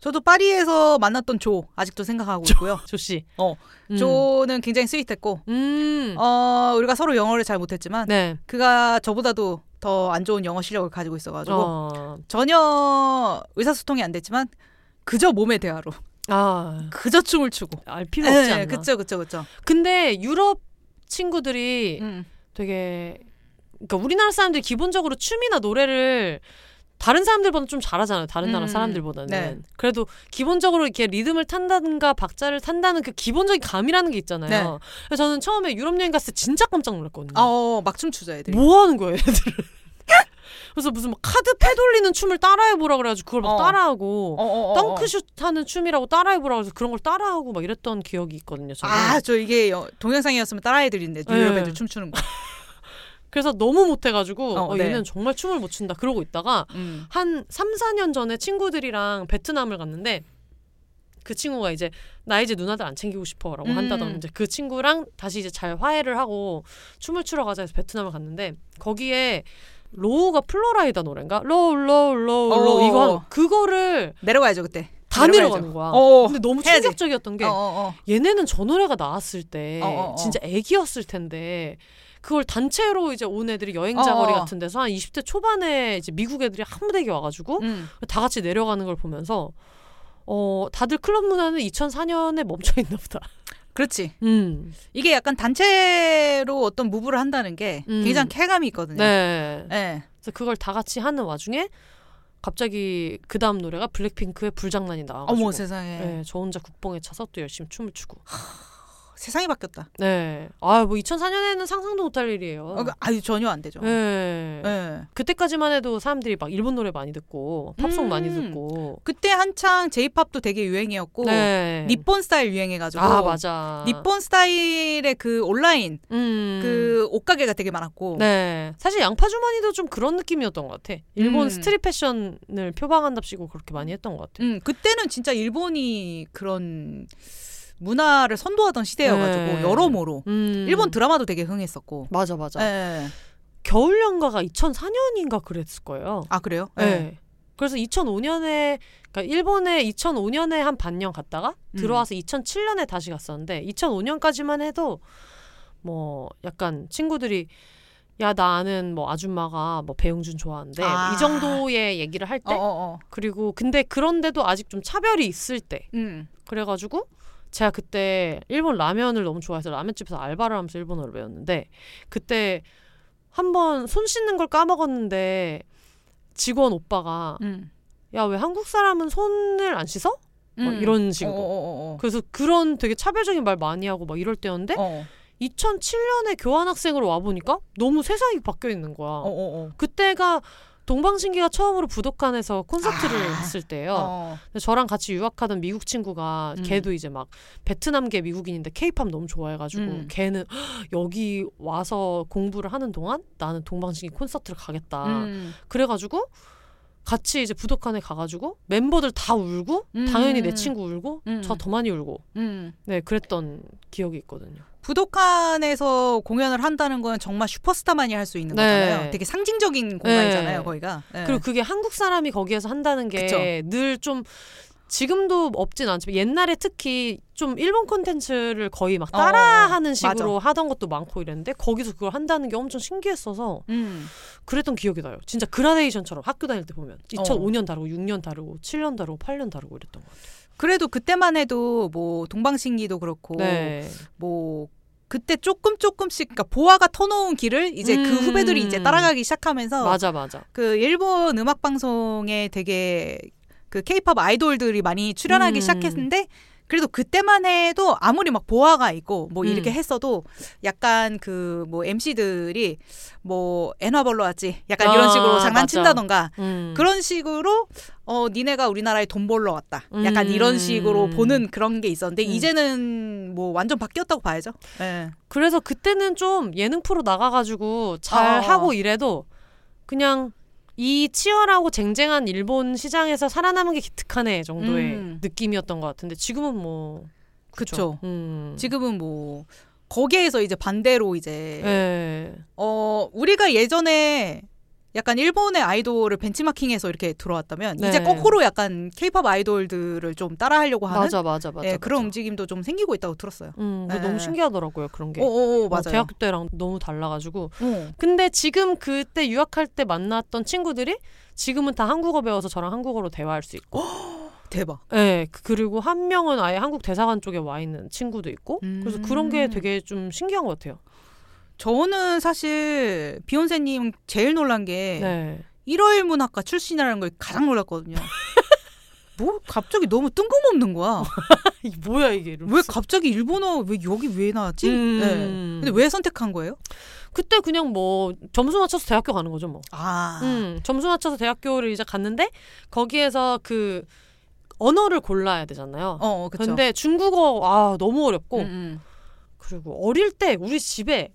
저도 파리에서 만났던 조 아직도 생각하고 있고요. 조씨 음. 어, 조는 굉장히 스윗했고 음네 네. 어 우리가 서로 영어를 잘 못했지만 그가 저보다도 더 안 좋은 영어 실력을 가지고 있어가지고 어. 전혀 의사소통이 안 됐지만 그저 몸의 대화로 아, 그저 춤을 추고 알 필요 없지 예, 않나 그쵸 그쵸 그쵸 근데 유럽 친구들이 음. 되게 그러니까 우리나라 사람들이 기본적으로 춤이나 노래를 다른 사람들보다 좀 잘하잖아요. 다른 나라 음, 사람들보다는. 네. 그래도 기본적으로 이렇게 리듬을 탄다든가 박자를 탄다는 그 기본적인 감이라는 게 있잖아요. 네. 그래서 저는 처음에 유럽 여행 갔을 때 진짜 깜짝 놀랐거든요. 아, 어어 막춤 추자 애들이 뭐 하는 거예요, 애들은? 그래서 무슨 막 카드 패 돌리는 춤을 따라해 보라 그래가지고 그걸 막 어. 따라하고 어어어 덩크슛 하는 춤이라고 따라해 보라 그래서 그런 걸 따라하고 막 이랬던 기억이 있거든요. 저는. 아저 이게 여- 동영상이었으면 따라 애들인데 유럽 예. 애들 춤추는 거 그래서 너무 못해가지고 어, 어, 네. 얘는 정말 춤을 못 춘다 그러고 있다가 음. 한 3, 4년 전에 친구들이랑 베트남을 갔는데 그 친구가 이제 나 이제 누나들 안 챙기고 싶어라고 음. 한다던 이제 그 친구랑 다시 이제 잘 화해를 하고 춤을 추러 가자 해서 베트남을 갔는데 거기에 로우가 플로라이다 노래인가 로우 로우 로우 어. 로우 이거 한- 그거를 내려가야죠 그때 다 내려가야죠. 내려가는 거야. 어, 근데 너무 해야지. 충격적이었던 게 어어어 얘네는 저 노래가 나왔을 때 어, 어, 어. 진짜 애기였을 텐데 그걸 단체로 이제 온 애들이 여행자 거리 어, 어. 같은 데서 한 20대 초반에 이제 미국 애들이 한 무대에 와가지고 음. 다 같이 내려가는 걸 보면서 어 다들 클럽 문화는 2004년에 멈춰 있나 보다. 그렇지 음. 이게 약간 단체로 어떤 무브를 한다는 게 음. 굉장히 쾌감이 있거든요 네. 예. 그래서 그걸 다 같이 하는 와중에 갑자기 그 다음 노래가 블랙핑크의 불장난이 나와가지고 어머 세상에 네, 저 혼자 국뽕에 차서 또 열심히 춤을 추고. 세상이 바뀌었다 네. 아 뭐 2004년에는 상상도 못할 일이에요. 어, 그- 아유 전혀 안 되죠 네. 예. 그때까지만 해도 사람들이 막 일본 노래 많이 듣고 팝송 음. 많이 듣고 그때 한창 제이팝도 되게 유행이었고 네. 니폰 스타일 유행해가지고 아 맞아 니폰 스타일의 그 온라인 음. 그 옷가게가 되게 많았고 네 사실 양파 주머니도 좀 그런 느낌이었던 것 같아 일본 음. 스트릿 패션을 표방한답시고 그렇게 많이 했던 것 같아 음, 그때는 진짜 일본이 그런 문화를 선도하던 시대여가지고 네. 여러모로 음. 일본 드라마도 되게 흥했었고 맞아 맞아 예. 겨울 연가가 2004년인가 그랬을 거예요 아 그래요? 네. 그래서 2005년에 그러니까 일본에 2005년에 한 반년 갔다가 음. 들어와서 2007년에 다시 갔었는데 2005년까지만 해도 뭐 약간 친구들이 야 나 아는 뭐 아줌마가 뭐 배용준 좋아하는데 아. 이 정도의 얘기를 할 때 어어어. 어, 어. 그리고 근데 그런데도 아직 좀 차별이 있을 때 음. 그래가지고 제가 그때 일본 라면을 너무 좋아해서 라면집에서 알바를 하면서 일본어를 배웠는데 그때 한번 손 씻는 걸 까먹었는데 직원 오빠가 음. 야 왜 한국 사람은 손을 안 씻어? 막 음. 이런 식으로 어어어어. 그래서 그런 되게 차별적인 말 많이 하고 막 이럴 때였는데 어. 2007년에 교환학생으로 와보니까 너무 세상이 바뀌어 있는 거야 어어어. 그때가 동방신기가 처음으로 부독한에서 콘서트를 아. 했을 때예요 어. 근데 저랑 같이 유학하던 미국 친구가 음. 걔도 이제 막 베트남계 미국인인데 케이팝 너무 좋아해가지고 음. 걔는 "헉, 여기 와서 공부를 하는 동안 나는 동방신기 콘서트를 가겠다 음. 그래가지고 같이 이제 부덕한에 가가지고 멤버들 다 울고 음. 당연히 내 친구 울고 음. 저 더 많이 울고 음. 네 그랬던 기억이 있거든요. 부독한에서 공연을 한다는 건 정말 슈퍼스타만이 할 수 있는 네. 거잖아요. 되게 상징적인 공간이잖아요, 네. 거기가. 네. 그리고 그게 한국 사람이 거기에서 한다는 게 늘 좀 지금도 없진 않지만 옛날에 특히 좀 일본 콘텐츠를 거의 어, 막 따라하는 식으로 하던 것도 많고 이랬는데 거기서 그걸 한다는 게 엄청 신기했어서 음. 그랬던 기억이 나요. 진짜 그라데이션처럼 학교 다닐 때 보면 2005년 다르고 6년 다르고 7년 다르고 8년 다르고 이랬던 것 같아요. 그래도 그때만 해도 뭐 동방신기도 그렇고 네. 뭐 그때 조금 조금씩 그러니까 보아가 터놓은 길을 이제 그 음. 후배들이 이제 따라가기 시작하면서 맞아 맞아. 그 일본 음악 방송에 되게 그 케이팝 아이돌들이 많이 출연하기 음. 시작했는데 그래도 그때만 해도 아무리 막 보아가 있고 뭐 이렇게 음. 했어도 약간 그 뭐 MC들이 뭐 애나벌로 왔지 약간 이런 아, 식으로 맞아. 장난친다던가 음. 그런 식으로 어 니네가 우리나라에 돈 벌러 왔다 약간 음. 이런 식으로 보는 그런 게 있었는데 음. 이제는 뭐 완전 바뀌었다고 봐야죠. 예. 그래서 그때는 좀 예능 프로 나가가지고 잘 어. 하고 이래도 그냥 이 치열하고 쟁쟁한 일본 시장에서 살아남은 게 기특하네 정도의 음. 느낌이었던 것 같은데 지금은 뭐 그쵸. 음. 지금은 뭐 거기에서 이제 반대로 이제 예. 어 우리가 예전에 약간 일본의 아이돌을 벤치마킹해서 이렇게 들어왔다면 네. 이제 거꾸로 약간 케이팝 아이돌들을 좀 따라하려고 하는 맞아 맞아 맞아. 예, 그런 맞아. 움직임도 좀 생기고 있다고 들었어요. 음, 그거 예. 너무 신기하더라고요 그런 게. 오오 뭐 맞아요. 대학교 때랑 너무 달라가지고. 어. 근데 지금 그때 유학할 때 만났던 친구들이 지금은 다 한국어 배워서 저랑 한국어로 대화할 수 있고. 대박. 네, 그- 그리고 한 명은 아예 한국 대사관 쪽에 와 있는 친구도 있고. 그래서 음. 그런 게 되게 좀 신기한 것 같아요. 저는 사실 비욘세님 제일 놀란 게 네. 일어일 문학과 출신이라는 걸 가장 놀랐거든요. 뭐 갑자기 너무 뜬금없는 어, 거야. 이 뭐야 이게? 이러면서. 왜 갑자기 일본어 왜 여기 왜 나왔지? 음. 예. 근데 왜 선택한 거예요? 그때 그냥 뭐 점수 맞춰서 대학교 가는 거죠 뭐. 아, 음, 점수 맞춰서 대학교를 이제 갔는데 거기에서 그 언어를 골라야 되잖아요. 어, 그쵸. 근데 중국어 아 너무 어렵고 음, 음. 그리고 어릴 때 우리 집에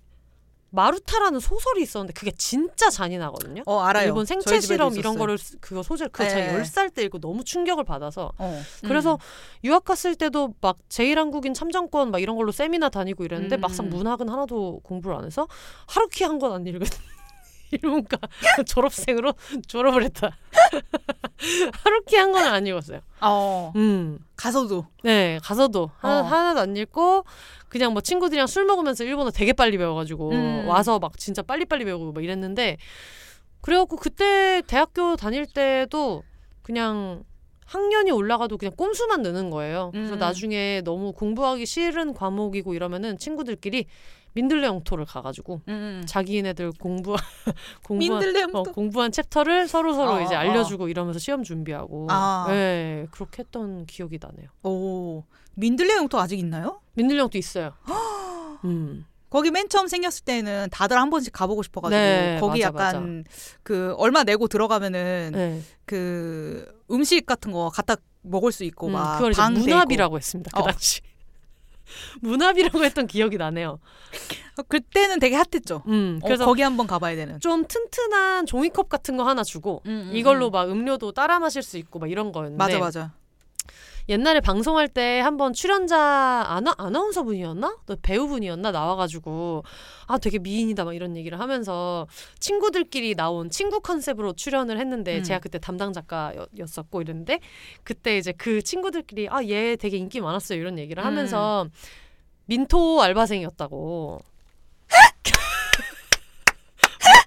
마루타라는 소설이 있었는데 그게 진짜 잔인하거든요. 어 알아요. 일본 생체 저희 실험 집에도 이런 있었어요. 거를 쓰- 그거 소재 그거 제가 네. 10살 때 읽고 너무 충격을 받아서 어. 그래서 유학 갔을 때도 막 제1한국인 참정권 막 이런 걸로 세미나 다니고 이랬는데 음. 막상 문학은 하나도 공부를 안 해서 하루키 한 권 안 읽은 일본과 졸업생으로 졸업을 했다. 하루키 한 권 안 읽었어요. 어, 음. 가서도 네, 가서도 하나, 어. 하나도 안 읽고 그냥 뭐 친구들이랑 술 먹으면서 일본어 되게 빨리 배워가지고 음. 와서 막 진짜 빨리빨리 배우고 막 이랬는데 그래갖고 그때 대학교 다닐 때도 그냥 학년이 올라가도 그냥 꼼수만 느는 거예요. 그래서 음. 나중에 너무 공부하기 싫은 과목이고 이러면은 친구들끼리 민들레 영토를 가가지고 음. 자기네들 공부 공부한 민들레 어, 또 공부한 챕터를 서로 서로 아, 이제 아. 알려주고 이러면서 시험 준비하고 아. 네, 그렇게 했던 기억이 나네요. 오 민들레 영토 아직 있나요? 민들레형도 있어요. 음. 거기 맨 처음 생겼을 때는 다들 한 번씩 가보고 싶어가지고 네, 거기 맞아, 약간 그 얼마 내고 들어가면은 네. 그 음식 같은 거 갖다 먹을 수 있고 음, 막 그걸 이제 방도 있고. 문합이라고 했습니다. 그 어. 당시. 문합이라고 했던 기억이 나네요. 어, 그때는 되게 핫했죠. 음. 어, 그래서 거기 한번 가봐야 되는. 좀 튼튼한 종이컵 같은 거 하나 주고 음, 음, 이걸로 음. 막 음료도 따라 마실 수 있고 막 이런 거였는데 맞아 맞아. 옛날에 방송할 때 한번 출연자 아나, 아나운서 분이었나? 또 배우분이었나? 나와가지고 아 되게 미인이다 막 이런 얘기를 하면서 친구들끼리 나온 친구 컨셉으로 출연을 했는데 음. 제가 그때 담당 작가였었고 이랬는데 그때 이제 그 친구들끼리 아 얘 되게 인기 많았어요 이런 얘기를 하면서 음. 민토 알바생이었다고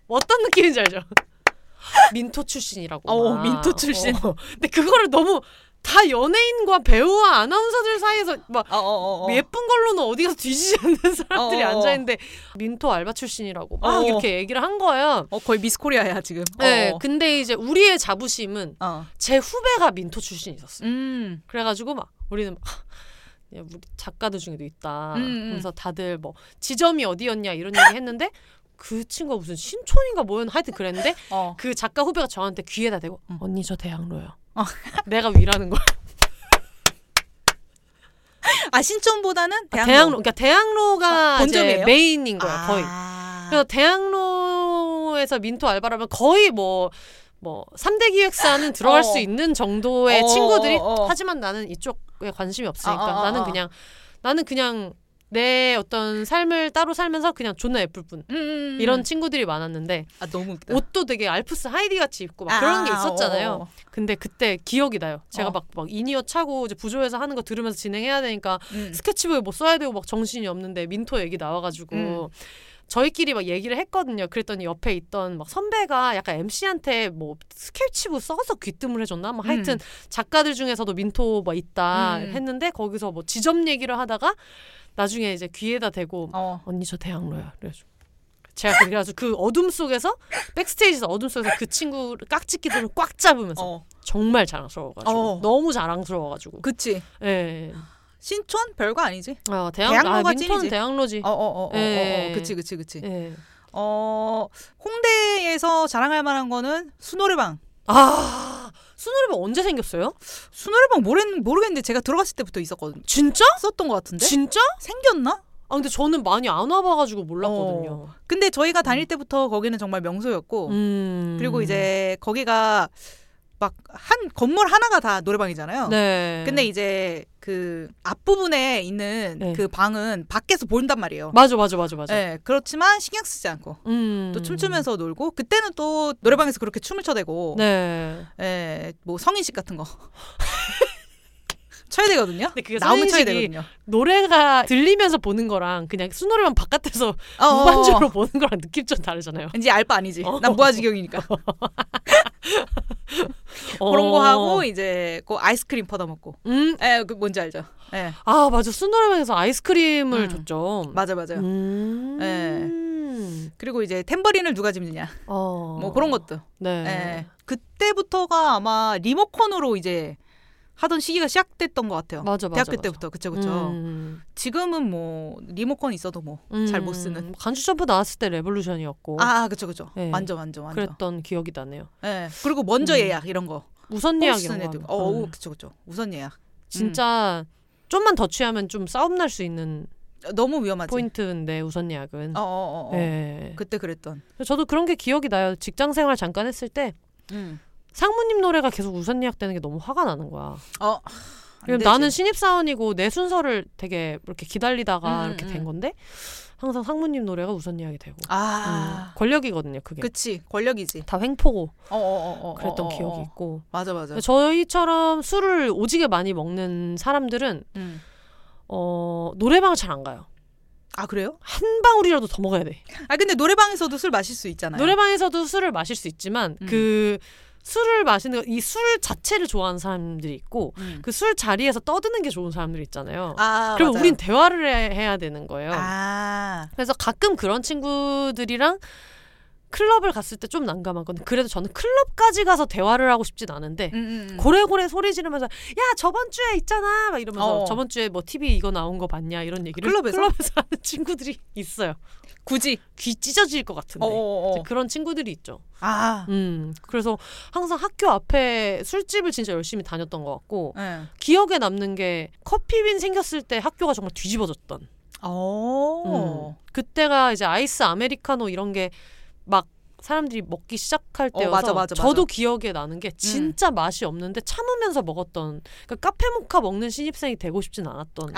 어떤 느낌인지 알죠? 민토 출신이라고. 어, 막. 민토 출신. 어. 근데 그거를 너무 다 연예인과 배우와 아나운서들 사이에서 막 어, 어, 어. 예쁜 걸로는 어디 가서 뒤지지 않는 사람들이 어, 어, 어. 앉아 있는데 민토 알바 출신이라고 막 어, 어. 이렇게 얘기를 한 거예요. 어, 거의 미스코리아야 지금. 네, 어. 근데 이제 우리의 자부심은 어. 제 후배가 민토 출신이었어요. 음. 그래가지고 막 우리는 막 야, 우리 작가들 중에도 있다. 음, 음. 그래서 다들 뭐 지점이 어디였냐 이런 얘기 했는데 그 친구가 무슨 신촌인가 뭐였나 하여튼 그랬는데 어. 그 작가 후배가 저한테 귀에다 대고 음. 언니 저 대학로요. 어. 내가 위라는 거야. 아 신촌보다는 대학로. 대학로. 그러니까 대학로가 아, 본점이에요? 이제 메인인 거야 거의. 아. 그래서 대학로에서 민토 알바라면 거의 뭐. 뭐 3대 기획사는 들어갈 어. 수 있는 정도의 어, 친구들이 어, 어. 하지만 나는 이쪽에 관심이 없으니까 아, 아, 아, 나는 아. 그냥 나는 그냥 내 어떤 삶을 따로 살면서 그냥 존나 예쁠 뿐 음, 음, 음. 이런 친구들이 많았는데 아 너무 웃기다. 옷도 되게 알프스 하이디 같이 입고 아, 막 그런 게 있었잖아요. 근데 그때 기억이 나요. 제가 어. 막, 막 이니어 차고 이제 부조에서 하는 거 들으면서 진행해야 되니까 스케치북에 뭐 써야 되고 막 정신이 없는데 민토 얘기 나와가지고 음. 저희끼리 막 얘기를 했거든요. 그랬더니 옆에 있던 막 선배가 약간 MC한테 뭐 스케치북 써서 귀뜸을 해줬나? 뭐 하여튼 음. 작가들 중에서 민토 뭐 있다 음. 했는데 거기서 뭐 지점 얘기를 하다가 나중에 이제 귀에다 대고 어, 언니 저 대학로야. 그래가지고 제가 그래가지고 그 어둠 속에서 백스테이지에서 어둠 속에서 그 친구를 깍지기들을 꽉 잡으면서 어. 정말 자랑스러워가지고 어. 너무 자랑스러워가지고 그치. 예 신촌 별거 아니지. 어, 대학, 대학로가 아, 민턴 찐이지. 대학로지. 어어어 어, 어, 어, 예. 어, 그치 그치 그치. 예. 어 홍대에서 자랑할 만한 거는 수노래방. 아, 수노래방 언제 생겼어요? 수노래방 모르 모르겠는데 제가 들어갔을 때부터 있었거든. 진짜? 썼던 것 같은데. 진짜? 생겼나? 아, 근데 저는 많이 안 와봐가지고 몰랐거든요. 근데 저희가 다닐 때부터 거기는 정말 명소였고 음. 그리고 이제 거기가 막 한 건물 하나가 다 노래방이잖아요. 네. 근데 이제 그 앞부분에 있는 네. 그 방은 밖에서 본단 말이에요. 맞아, 맞아, 맞아, 맞아. 네, 그렇지만 신경 쓰지 않고 음. 또 춤추면서 뭐. 놀고 그때는 또 노래방에서 그렇게 춤을 춰대고 네. 예, 뭐 성인식 같은 거 쳐야 되거든요. 근데 그게 나오면 쳐야 성인식이 되거든요. 노래가 들리면서 보는 거랑 그냥 수노래방 바깥에서 어, 어, 어. 무반주로 보는 거랑 느낌 좀 다르잖아요. 이제 알 바 아니지. 어. 난 무아지경이니까. 어. 그런 거 하고 이제 그 아이스크림 퍼다 먹고. 음. 예, 그 뭔지 알죠? 예. 아, 맞아. 수노래방에서 아이스크림을 음. 줬죠. 맞아 맞아요. 음. 그리고 이제 탬버린을 누가 짚느냐. 어. 뭐 그런 것도. 네. 예. 그때부터가 아마 리모컨으로 이제 하던 시기가 시작됐던 것 같아요. 맞아, 맞아. 대학교 맞아. 때부터 그쵸 그쵸. 음. 지금은 뭐 리모컨 있어도 뭐 잘 음. 못 쓰는. 간주 점프 나왔을 때 레볼루션이었고. 아 그쵸 그쵸. 뭐. 예. 완전 완전 완전. 그랬던 기억이 나네요. 예. 그리고 먼저 음. 예약 이런 거. 우선 예약 버스 이런 거. 애들. 하면. 어, 우 음. 그쵸 그쵸. 우선 예약. 진짜 좀만 더 취하면 좀 싸움 날 수 있는 너무 위험하지. 포인트인데 우선 예약은. 어, 어, 어, 어. 예. 그때 그랬던. 저도 그런 게 기억이 나요. 직장 생활 잠깐 했을 때 음. 상무님 노래가 계속 우선 예약되는 게 너무 화가 나는 거야. 어. 안 왜냐면 되지. 나는 신입 사원이고 내 순서를 되게 이렇게 기다리다가 음, 이렇게 음. 된 건데 항상 상무님 노래가 우선 예약이 되고 아. 음, 권력이거든요. 그게 그치 권력이지. 다 횡포고 어, 어, 어, 어, 그랬던 어, 어, 기억이 어. 있고 맞아 맞아. 저희처럼 술을 오지게 많이 먹는 사람들은 음. 어, 노래방을 잘 안 가요. 아 그래요? 한 방울이라도 더 먹어야 돼. 아 근데 노래방에서도 술 마실 수 있잖아요. 노래방에서도 술을 마실 수 있지만 네. 음. 그 술을 마시는 이 술 자체를 좋아하는 사람들이 있고 음. 그 술 자리에서 떠드는 게 좋은 사람들이 있잖아요. 아 그러면 맞아요. 우린 대화를 해- 해야 되는 거예요. 아 그래서 가끔 그런 친구들이랑 클럽을 갔을 때 좀 난감하거든요. 그래도 저는 클럽까지 가서 대화를 하고 싶진 않은데 음, 음, 음. 고래고래 소리 지르면서 야 저번 주에 있잖아 막 이러면서 어. 저번 주에 뭐 TV 이거 나온 거 봤냐 이런 얘기를 클럽에서? 하는 친구들이 있어요. 굳이 귀 찢어질 것 같은데 어, 어, 이제 어. 그런 친구들이 있죠. 아 음 그래서 항상 학교 앞에 술집을 진짜 열심히 다녔던 것 같고 예. 기억에 남는 게 커피빈 생겼을 때 학교가 정말 뒤집어졌던. 어. 음. 그때가 이제 아이스 아메리카노 이런 게 막 사람들이 먹기 시작할 어, 때여서 맞아, 맞아, 음. 저도 기억에 나는 게 진짜 맛이 없는데 참으면서 먹었던 그러니까 카페 모카 먹는 신입생이 되고 싶진 않았던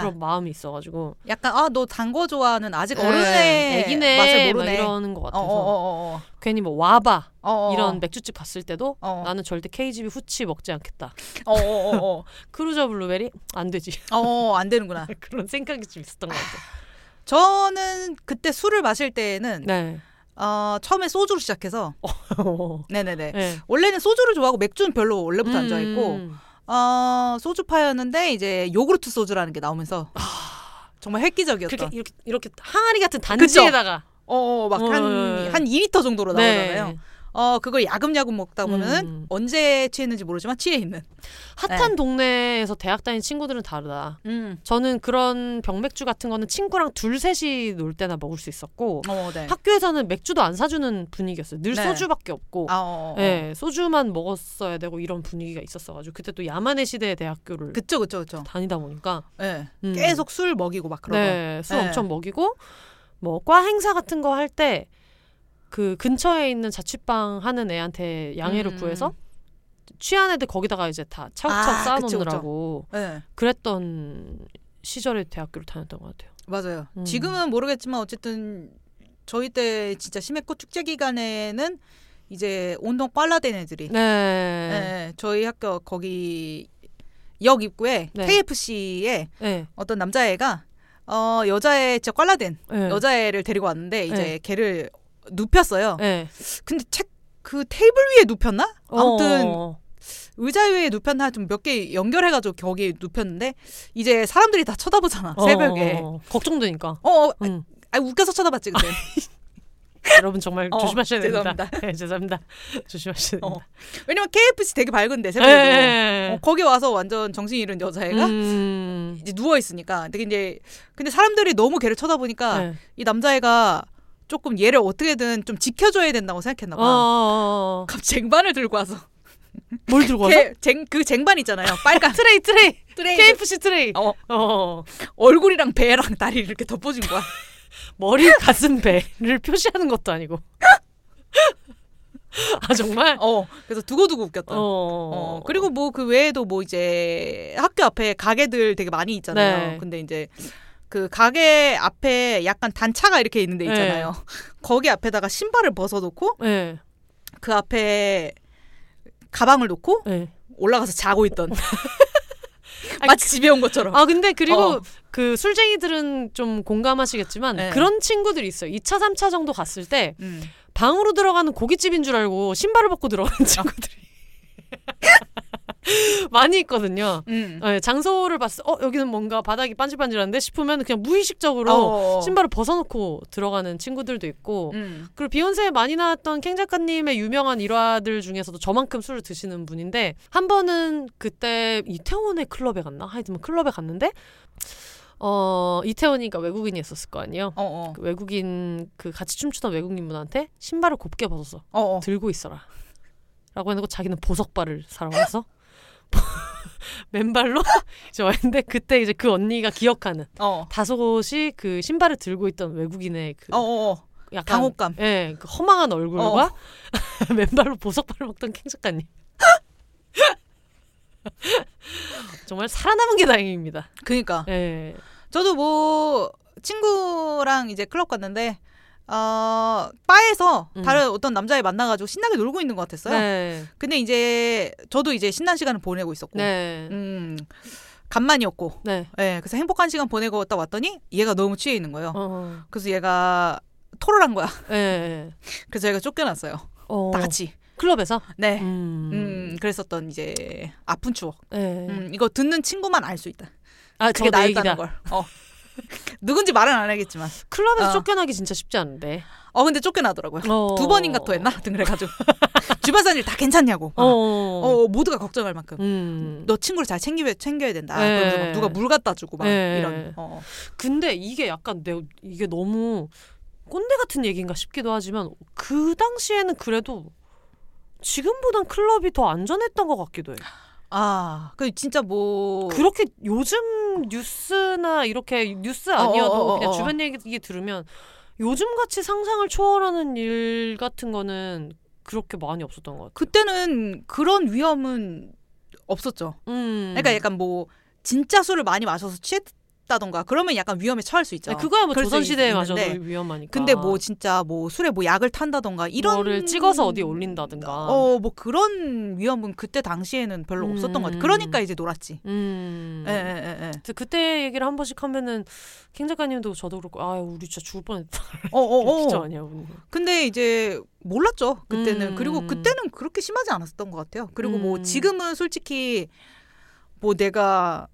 음. 그런 마음이 있어가지고 약간 아너단거 좋아하는 아직 네, 어른의 애기네 맛을 막그 모르네. 어, 이러는 것 같아서 어어어어 괜히 뭐 와바 어, 어. 이런 아. 맥주집 갔을 때도 어. 나는 절대 KGB 후치 먹지 않겠다 어어어어 크루저 블루베리 안 되지 어안 되는구나. 그런 생각이 좀 있었던 것 같아요 저는 그때 술을 마실 때에는 네 어. 어, 처음에 소주로 시작해서 어. 네네네 네. 원래는 소주를 좋아하고 맥주는 별로 원래부터 안 좋아했고 음. 어, 소주파였는데 이제 요구르트 소주라는 게 나오면서 정말 획기적이었던. 그렇게 이렇게, 이렇게 항아리 같은 단지에다가 어어 어, 막한한 예, 예. 2리터 정도로 나오잖아요. 네. 어 그걸 야금야금 먹다 보면 음. 은 언제 취했는지 모르지만 취해 있는. 핫한 동네에서 대학 다닌 친구들은 다르다. 음. 저는 그런 병맥주 같은 거는 친구랑 둘 셋이 놀 때나 먹을 수 있었고 어 네. 학교에서는 맥주도 안 사주는 분위기였어요. 늘 네. 소주밖에 없고 아 어. 어. 예, 소주만 먹었어야 되고 이런 분위기가 있었어가지고 그때 또 야만의 시대의 대학교를 그쵸 그쵸 그쵸. 다니다 보니까 예. 음, 계속 술 먹이고 막 그러고. 네, 술 예. 엄청 먹이고 뭐 과 행사 같은 거 할 때 그 근처에 있는 자취방 하는 애한테 양해를 음. 구해서 취한 애들 거기다가 이제 다 차곡차곡 아, 그쵸, 쌓아놓느라고 예. 그랬던 시절에 대학교를 다녔던 것 같아요. 맞아요. 음. 지금은 모르겠지만 어쨌든 저희 때 진짜 심했고 축제 기간에는 이제 온통 꽐라된 애들이 예, 네. 예. 저희 학교 거기 역 입구에 네. KFC에 네. 어떤 남자애가 어 여자애 진짜 꽐라된 네. 여자애를 데리고 왔는데 이제 네. 걔를 눕혔어요. 네. 근데 책 그 테이블 위에 눕혔나? 아무튼 어. 의자 위에 눕혔나 좀 몇 개 연결해가지고 거기에 눕혔는데 이제 사람들이 다 쳐다보잖아 어. 음. 새벽에. 걱정되니까. 어, 어 응. 아, 웃겨서 쳐다봤지 그때. 여러분 정말 어, 조심하셔야 됩니다. 죄송합니다. 네, 죄송합니다. 조심하셔야 어. 됩니다. 왜냐면 KFC 되게 밝은데 예, 새벽에도 예, 예. 어, 거기 와서 완전 정신 잃은 여자애가 음, 이제 누워 있으니까 근데 이제 근데 사람들이 너무 걔를 쳐다보니까 네. 이 남자애가 조금 얘를 어떻게든 좀 지켜줘야 된다고 생각했나 어, 봐. 어, 어. 갑 쟁반을 들고 와서 뭘 들고 와서? 걔쟁그 쟁반 있잖아요. 빨간 트레이 트레이 트레이 KFC 트레이. 어, 어. 얼굴이랑 배랑 다리 이렇게 덮어준 거야. 머리 가슴 배를 표시하는 것도 아니고. 아 정말. 어 그래서 두고두고 웃겼다. 어. 어, 그리고 뭐 그 외에도 뭐 이제 학교 앞에 가게들 되게 많이 있잖아요. 네. 근데 이제 그 가게 앞에 약간 단차가 이렇게 있는 데 네. 있잖아요. 거기 앞에다가 신발을 벗어놓고 예. 그 앞에 가방을 놓고 예. 올라가서 자고 있던 마치 집에 온 것처럼. 아 근데 그리고 어. 그 술쟁이들은 좀 공감하시겠지만 네. 그런 친구들이 있어요. 2차 3차 정도 갔을 때 음. 방으로 들어가는 고깃집인 줄 알고 신발을 벗고 들어가는 친구들이 많이 있거든요. 음. 예, 장소를 봤어. 어 여기는 뭔가 바닥이 반질반질한데 싶으면 그냥 무의식적으로 어. 신발을 벗어놓고 들어가는 친구들도 있고 음. 그리고 비욘세에 많이 나왔던 캥 작가님의 유명한 일화들 중에서도 저만큼 술을 드시는 분인데 한 번은 그때 이태원의 클럽에 갔나 하여튼 클럽에 갔는데 어 이태원이니까 외국인이었을 거 아니에요. 어, 어. 그 외국인 그 같이 춤추던 외국인분한테 신발을 곱게 벗었어. 어, 어. 들고 있어라. 라고 해놓고 자기는 보석발을 사러 와서 맨발로 이제 왔는데 그때 이제 그 언니가 기억하는 어. 다섯이 그 신발을 들고 있던 외국인의 그 어, 어, 어. 약간 당혹감. 어. 예, 그 허망한 얼굴과 맨발로 보석발을 먹던 캥 작가님. 정말 살아남은 게 다행입니다. 그니까. 예. 저도 뭐 친구랑 이제 클럽 갔는데 어, 바에서 음. 다른 어떤 남자애 만나가지고 신나게 놀고 있는 것 같았어요. 네. 근데 이제 저도 이제 신난 시간을 보내고 있었고, 네. 음, 간만이었고, 네. 예, 그래서 행복한 시간 보내고 왔다 왔더니 얘가 너무 취해 있는 거예요. 어. 그래서 얘가 토를 한 거야. 예, 예. 그래서 얘가 쫓겨났어요. 어. 다 같이. 클럽에서 네. 음. 음, 그랬었던 이제 아픈 추억. 예. 음, 이거 듣는 친구만 알 수 있다. 아, 음. 그게 저게 내 나였다는 얘기다. 걸. 어. 누군지 말은 안 하겠지만. 클럽에서 어. 쫓겨나기 진짜 쉽지 않은데. 어, 근데 쫓겨나더라고요. 어. 두 번인가 또 했나? 하여튼 그래가지고 주변 사람들이 다 괜찮냐고 어. 어. 모두가 걱정할 만큼 음. 너 친구를 잘 챙겨, 챙겨야 된다 네. 그러면서 막 누가 물 갖다 주고 막 네. 이런 어. 근데 이게 약간 내 이게 너무 꼰대 같은 얘기인가 싶기도 하지만 그 당시에는 그래도 지금보단 클럽이 더 안전했던 것 같기도 해. 아, 그 진짜 뭐 그렇게 요즘 뉴스나 이렇게 뉴스 어, 아니어도 어, 어, 어, 그냥 어. 주변 얘기 이게 들으면 요즘 같이 상상을 초월하는 일 같은 거는 그렇게 많이 없었던 것 같아. 그때는 그런 위험은 없었죠. 음. 그러니까 약간 뭐 진짜 술을 많이 마셔서 취했다던가 그러면 약간 위험에 처할 수 있죠. 아니, 그거야 뭐 어, 그럴 수 조선 시대에 맞아도 있는데. 위험하니까. 근데 뭐 진짜 뭐 술에 뭐 약을 탄다던가 이런 뭐를 찍어서 어디에 올린다든가. 어, 뭐 그런 위험은 그때 당시에는 별로 음. 없었던 것 같아. 그러니까 이제 놀았지. 음. 예, 예, 예, 예. 그때- 그때 얘기를 한 번씩 하면은 킹 작가님도 저도 그렇고 아 우리 진짜 죽을 뻔했다 어, 어, 진짜 어. 아니야 우리. 근데 이제 몰랐죠. 그때는. 음. 그리고 그때는 그렇게 심하지 않았던 것 같아요. 그리고 뭐 음. 지금은 솔직히 뭐 내가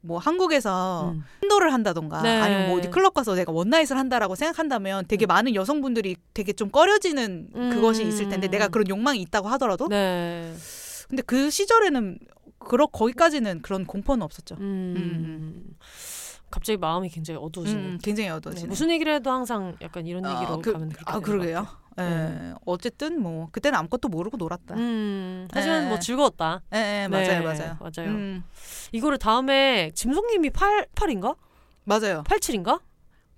뭐 한국에서 음. 신도를 한다던가 네. 아니면 뭐 어디 클럽 가서 내가 원나잇을 한다라고 생각한다면 되게 많은 여성분들이 되게 좀 꺼려지는 음. 그것이 있을 텐데 내가 그런 욕망이 있다고 하더라도 네. 근데 그 시절에는 그러 거기까지는 그런 공포는 없었죠. 음. 갑자기 마음이 굉장히 어두워지는. 음, 굉장히 네, 어두워지네. 무슨 얘기를 해도 항상 약간 이런 아, 얘기로 그- 가면 그렇게 아 되는 것 그러게요. 예. 음. 어쨌든 뭐 그때는 아무것도 모르고 놀았다. 같아요. 음. 하지만 네. 뭐 즐거웠다. 예, 네, 예, 맞아요, 맞아요. 맞아요. 음, 이거를 다음에 짐송님이 8 8인가? 맞아요. 87인가?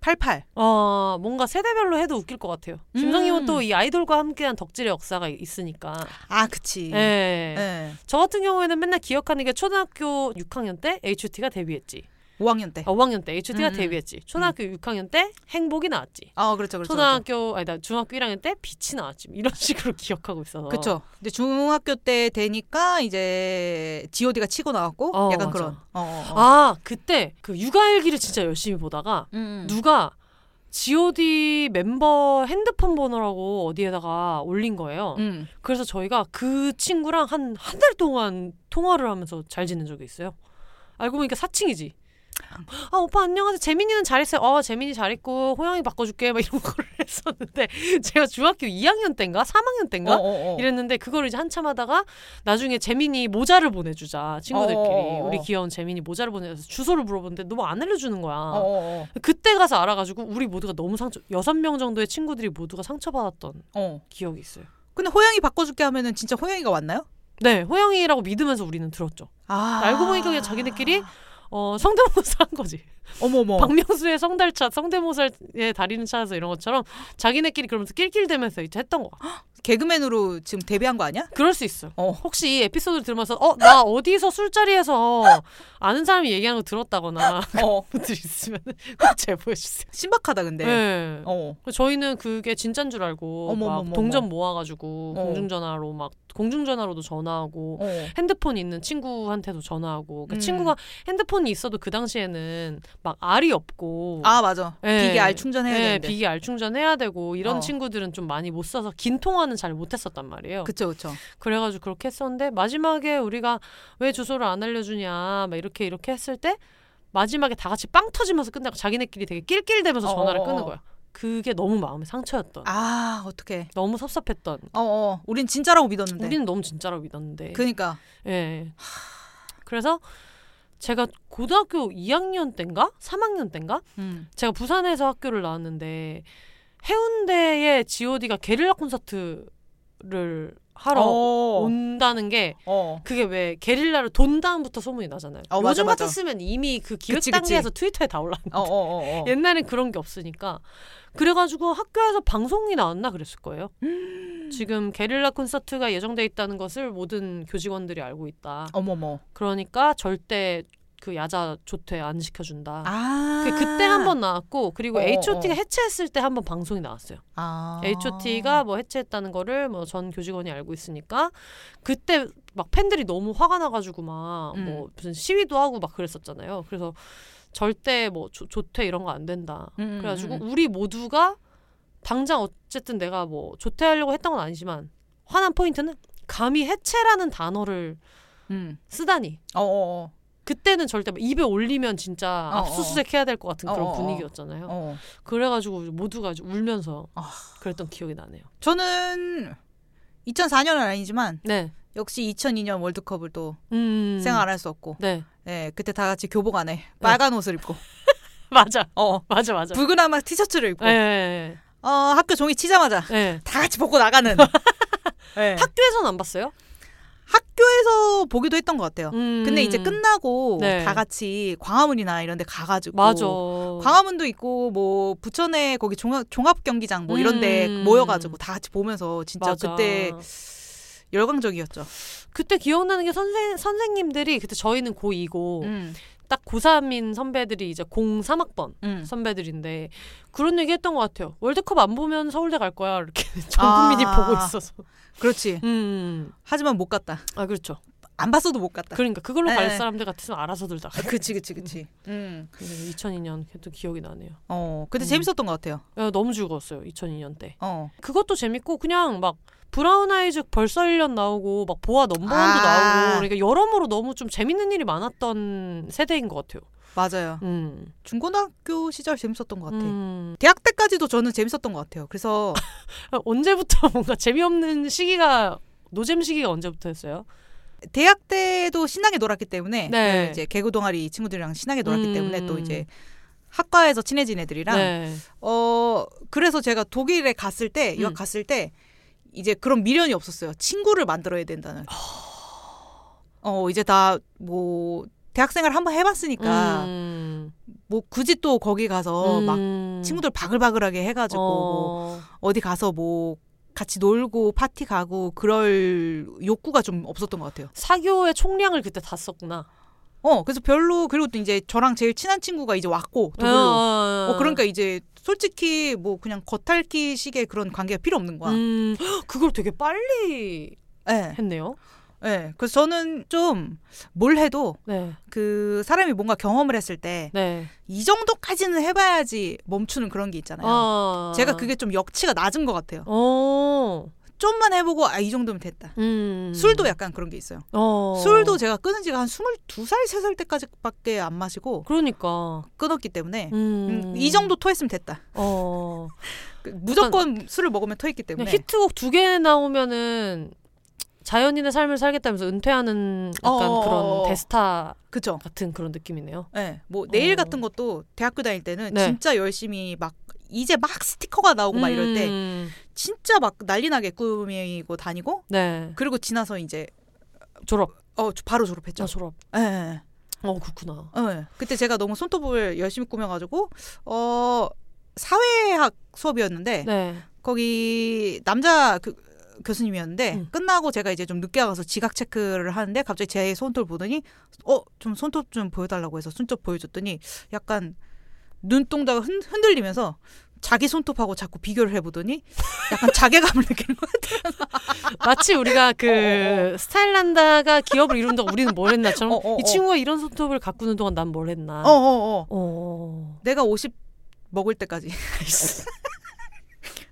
88. 어, 뭔가 세대별로 해도 웃길 것 같아요. 음. 짐송님은 또 이 아이돌과 함께한 덕질의 역사가 있으니까. 아, 그치. 네. 예. 저 같은 경우에는 맨날 기억하는 게 초등학교 6학년 때 HOT가 데뷔했지. 5학년 때. 아, 5학년 때 HOT가 음. 데뷔했지. 초등학교 6학년 때 행복이 나왔지. 아, 그렇죠, 그렇죠. 어. 초등학교 아니 나 중학교 1학년 때 빛이 나왔지. 이런 식으로 기억하고 있어서. 그렇죠. 근데 중학교 때 되니까 이제 G.O.D가 치고 나왔고 어, 약간 맞아. 그런. 어, 어, 어. 아 그때 그 육아일기를 진짜 열심히 보다가 음. 누가 G.O.D 멤버 핸드폰 번호라고 어디에다가 올린 거예요. 음. 그래서 저희가 그 친구랑 한 한 달 동안 통화를 하면서 잘 지낸 적이 있어요. 알고 보니까 사칭이지. 아 오빠 안녕하세요. 재민이는 잘했어요. 아 재민이 잘했고 호영이 바꿔줄게 막 이런 걸 했었는데 제가 중학교 2학년 때인가 3학년 때인가 어, 어. 이랬는데 그걸 이제 한참 하다가 나중에 재민이 모자를 보내주자 친구들끼리 어어어어. 우리 귀여운 재민이 모자를 보내서 주소를 물어보는데 너무 안 알려주는 거야. 어, 어, 그때 가서 알아가지고 우리 모두가 너무 상처 여섯 명 정도의 친구들이 모두가 상처받았던 어, 어. 기억이 있어요. 근데 호영이 바꿔줄게 하면은 진짜 호영이가 왔나요? 네 호영이라고 믿으면서 우리는 들었죠. 그러니까 아 알고 보니까 그냥 자기네끼리 어 성대모사 한 거지. 어머머 박명수의 성달차 성대모사의 달인을 찾아서 이런 것처럼 자기네끼리 그러면서 낄낄대면서 이제 했던 거야. 개그맨으로 지금 데뷔한 거 아니야? 그럴 수 있어. 어. 혹시 이 에피소드를 들으면서 어 나 어디서 술자리에서 아는 사람이 얘기하는 거 들었다거나 어 분들 있으면 꼭 제보해 주세요. 신박하다 근데. 네. 어. 저희는 그게 진짠 줄 알고 어머머머머. 막 동전 모아가지고 어. 공중전화로 막 공중전화로도 전화하고 어. 핸드폰 있는 친구한테도 전화하고 그 음. 친구가 핸드폰이 있어도 그 당시에는 막 알이 없고 아 맞아. 예. 기계 알 충전해야 네, 되는데. 비기 알충전해야 되고 이런 어. 친구들은 좀 많이 못 써서 긴 통화는 잘 못했었단 말이에요. 그쵸 그쵸. 그, 래가지고 그렇게 했었는데 마지막에 우리가 왜 주소를 안 알려주냐 막 이렇게 이렇게 했을 때 마지막에 다 같이 빵 터지면서 끝나고 자기네끼리 되게 낄낄대면서 전화를 어어어. 끊은 거야. 그게 너무 마음의 상처였던. 아 어떻게? 너무 섭섭했던. 어 어. 우린 진짜라고 믿었는데. 우리는 너무 진짜라고 믿었는데. 네. 그니까. 예. 그래서 제가 고등학교 2학년 때인가 3학년 때인가 음. 제가 부산에서 학교를 나왔는데 해운대에 G.O.D가 게릴라 콘서트를 하러 어. 온다는 게 어. 그게 왜 게릴라를 돈 다음부터 소문이 나잖아요. 어, 맞아, 요즘 맞아. 같았으면 이미 그 기획 그치, 그치. 단계에서 트위터에 다 올랐는데 어, 어, 어, 어. 옛날엔 그런 게 없으니까 그래가지고 학교에서 방송이 나왔나 그랬을 거예요. 지금 게릴라 콘서트가 예정돼 있다는 것을 모든 교직원들이 알고 있다. 어머머. 그러니까 절대 그 야자 조퇴 안 시켜준다. 아. 그 그때 한 번 나왔고 그리고 어, H.O.T가 어. 해체했을 때 한 번 방송이 나왔어요. 아. H.O.T가 뭐 해체했다는 거를 뭐 전 교직원이 알고 있으니까 그때 막 팬들이 너무 화가 나가지고 막 뭐 음. 무슨 시위도 하고 막 그랬었잖아요. 그래서 절대 뭐 조, 퇴 이런 거 안 된다. 음, 음, 그래가지고 음. 우리 모두가 당장 어쨌든 내가 뭐 조퇴하려고 했던 건 아니지만 화난 포인트는 감히 해체라는 단어를 음. 쓰다니 어, 어, 그때는 절대 막 입에 올리면 진짜 어, 압수수색 해야 될 것 같은 그런 어, 어, 어. 분위기였잖아요. 어. 어. 그래가지고 모두가 아주 울면서 아. 그랬던 기억이 나네요. 저는 2004년은 아니지만 네. 역시 2002년 월드컵을 또 음. 생각 안 할 수 없고. 네. 예, 그때 다 같이 교복 안에 빨간 옷을 입고 맞아. 어. 맞아, 맞아. 붉은 아마 티셔츠를 입고 예, 예, 어, 학교 종이 치자마자 예. 예. 다 같이 벗고 나가는. 네. 예. 학교에서는 안 봤어요? 학교에서 보기도 했던 것 같아요. 음. 근데 이제 끝나고 네. 다 같이 광화문이나 이런 데 가가지고 맞아. 광화문도 있고 뭐 부천에 거기 종합 종합 경기장 뭐 이런 데 음. 모여가지고 다 같이 보면서 진짜 맞아. 어. 그때 열광적이었죠. 그때 기억나는 게 선생 선생님들이 그때 저희는 고2고 음. 딱 고3인 선배들이 이제 03학번 음. 선배들인데 그런 얘기 했던 것 같아요. 월드컵 안 보면 서울대 갈 거야 이렇게 전 국민이 아. 보고 있어서. 그렇지. 음. 하지만 못 갔다. 아 그렇죠. 안 봤어도 못 갔다. 그러니까 그걸로 네. 갈 사람들 같으면 알아서들 다. 그, 치 그치 그치. 음. 2002년 그또 기억이 나네요. 어 근데 음. 재밌었던 것 같아요. 야, 너무 즐거웠어요. 2002년 때. 어. 그것도 재밌고 그냥 막 브라운 아이즈 벌써 1년 나오고 막 보아 넘버원도 아. 나오고 그러니까 여러모로 너무 좀 재밌는 일이 많았던 세대인 것 같아요. 맞아요. 음. 중고등학교 시절 재밌었던 것 같아. 음. 대학 때까지도 저는 재밌었던 것 같아요. 그래서 아, 언제부터 뭔가 재미없는 시기가 노잼 시기가 언제부터였어요? 대학 때도 신나게 놀았기 때문에 네. 그 이제 개그 동아리 친구들이랑 신나게 놀았기 음. 때문에 또 이제 학과에서 친해진 애들이랑 네. 어 그래서 제가 독일에 갔을 때 유학 음. 갔을 때 이제 그런 미련이 없었어요. 친구를 만들어야 된다는. 아. 어 이제 다 뭐 대학생활 한번 해봤으니까 음. 뭐 굳이 또 거기 가서 그러니까 막 음. 친구들 바글바글하게 해가지고 뭐 어. 어디 가서 뭐 같이 놀고 파티 가고 그럴 욕구가 좀 없었던 것 같아요. 사교의 총량을 그때 다 썼구나. 어, 그래서 별로 그리고 또 이제 저랑 제일 친한 친구가 이제 왔고 독일로. 어, 어, 그러니까 이제 솔직히 뭐 그냥 겉핥기식의 그런 관계가 필요 없는 거야. 음, 헉, 그걸 되게 빨리 예. 네. 했네요. 그래서 저는 좀 뭘 해도 네, 그 사람이 뭔가 경험을 했을 때 이 네. 정도까지는 해봐야지 멈추는 그런 게 있잖아요. 아, 제가 그게 좀 역치가 낮은 것 같아요. 어, 좀만 해보고 아 이 정도면 됐다. 음. 술도 약간 그런 게 있어요. 어. 술도 제가 끊은 지가 한 22살, 3살 때까지밖에 안 마시고 그러니까. 끊었기 때문에 음. 음, 이 정도 토했으면 됐다. 어. 그 무조건 술을 먹으면 토했기 때문에. 그냥 네, 히트곡 두 개 나오면은 자연인의 삶을 살겠다면서 은퇴하는 약간 어어어어. 그런 데스타 그죠. 같은 그런 느낌이네요. 예. 뭐 내일 어. 같은 것도 대학교 다닐 때는 네. 진짜 열심히 막 이제 막 스티커가 나오고 막 이럴 때 음. 진짜 막 난리나게 꾸미고 다니고 네. 그리고 지나서 이제 졸업. 어 바로 아, 졸업했죠. 졸업. 예. 예. 어, 그렇구나. 예. 그때 제가 너무 손톱을 열심히 꾸며가지고 어 사회학 수업이었는데 네. 거기 남자 그, 교수님이었는데 음. 끝나고 제가 이제 좀 늦게 와서 지각 체크를 하는데 갑자기 제 손톱 을 보더니 어 좀 손톱 좀 보여달라고 해서 손톱 보여줬더니 약간 눈동자가 흔, 흔들리면서 자기 손톱하고 자꾸 비교를 해보더니 약간 자괴감을 느끼는 거예요. 마치 우리가 어, 그 스타일란다가 기업을 이룬다고 우리는 뭘 했나처럼 어, 어, 이 어. 친구가 이런 손톱을 가꾸는 동안 난 뭘 했나. 어 어, 어. 어. 내가 50 먹을 때까지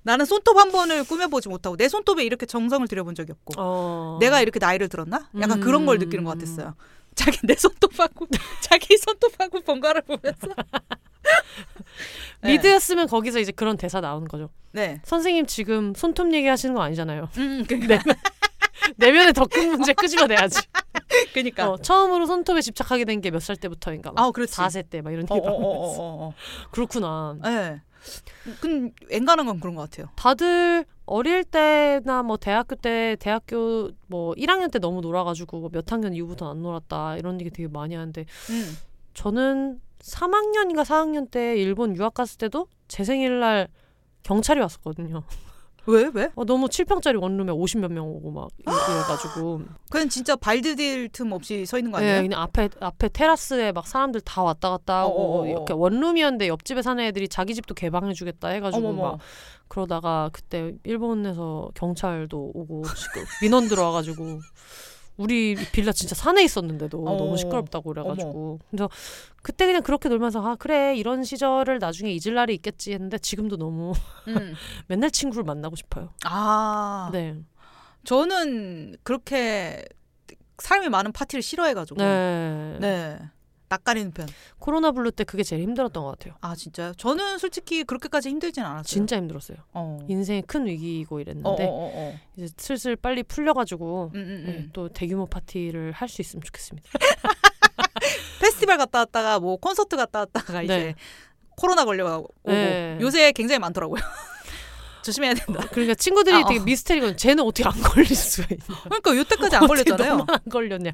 나는 손톱 한 번을 꾸며보지 못하고 내 손톱에 이렇게 정성을 들여본 적이 없고 어. 내가 이렇게 나이를 들었나? 약간 음. 그런 걸 느끼는 것 같았어요. 자기 내 손톱하고 자기 손톱하고 번갈아 보면서 네. 미드였으면 거기서 이제 그런 대사 나오는 거죠. 네. 선생님 지금 손톱 얘기하시는 거 아니잖아요. 음, 그, 네. 내면의 더 큰 문제 끄집어내야지. 그니까. 어, 처음으로 손톱에 집착하게 된 게 몇 살 때부터인가? 막 그러니까. 아, 그렇지. 4세 때 막 이런 어, 얘기 어, 어, 나오면서. 어, 어, 어. 그렇구나. 네. 근데 앵간한 건 그런 것 같아요. 다들 어릴 때나 뭐 대학교 때 대학교 뭐 1학년 때 너무 놀아가지고 뭐몇 학년 이후부터 안 놀았다 이런 얘기 되게 많이 하는데 음. 저는 3학년인가 4학년 때 일본 유학 갔을 때도 제 생일날 경찰이 왔었거든요. 왜? 왜? 어, 너무 7평짜리 원룸에 50 몇 명 오고 막 이- 이래가지고 그냥 진짜 발디딜 틈 없이 서 있는 거 예, 아니에요? 그냥 앞에 앞에 테라스에 막 사람들 다 왔다 갔다 어, 어, 하고 어. 이렇게 원룸이었는데 옆집에 사는 애들이 자기 집도 개방해주겠다 해가지고 어머머. 막 그러다가 그때 일본에서 경찰도 오고 지금 민원 들어와가지고 우리 빌라 진짜 산에 있었는데도 어. 너무 시끄럽다고 그래가지고 그래서 그때 그냥 그렇게 놀면서 아 그래 이런 시절을 나중에 잊을 날이 있겠지 했는데 지금도 너무 음. 맨날 친구를 만나고 싶어요. 아. 네, 저는 그렇게 사람이 많은 파티를 싫어해가지고. 네. 네. 낯가리는 편. 코로나 블루 때 그게 제일 힘들었던 것 같아요. 아, 진짜요? 저는 솔직히 그렇게까지 힘들진 않았어요. 진짜 힘들었어요. 어. 인생의 큰 위기이고 이랬는데 어, 어, 어, 어. 이제 슬슬 빨리 풀려가지고 음, 음, 예, 음. 또 대규모 파티를 할 수 있으면 좋겠습니다. 페스티벌 갔다 왔다가 뭐 콘서트 갔다 왔다가 이제 네. 코로나 걸려가고 뭐 네. 요새 굉장히 많더라고요. 조심해야 된다. 그러니까 친구들이 아, 어. 되게 미스테리거든요. 쟤는 어떻게 안 걸릴 수가 있냐. 그러니까 요때까지 안 걸렸잖아요. 어떻게 너만 안 걸렸냐.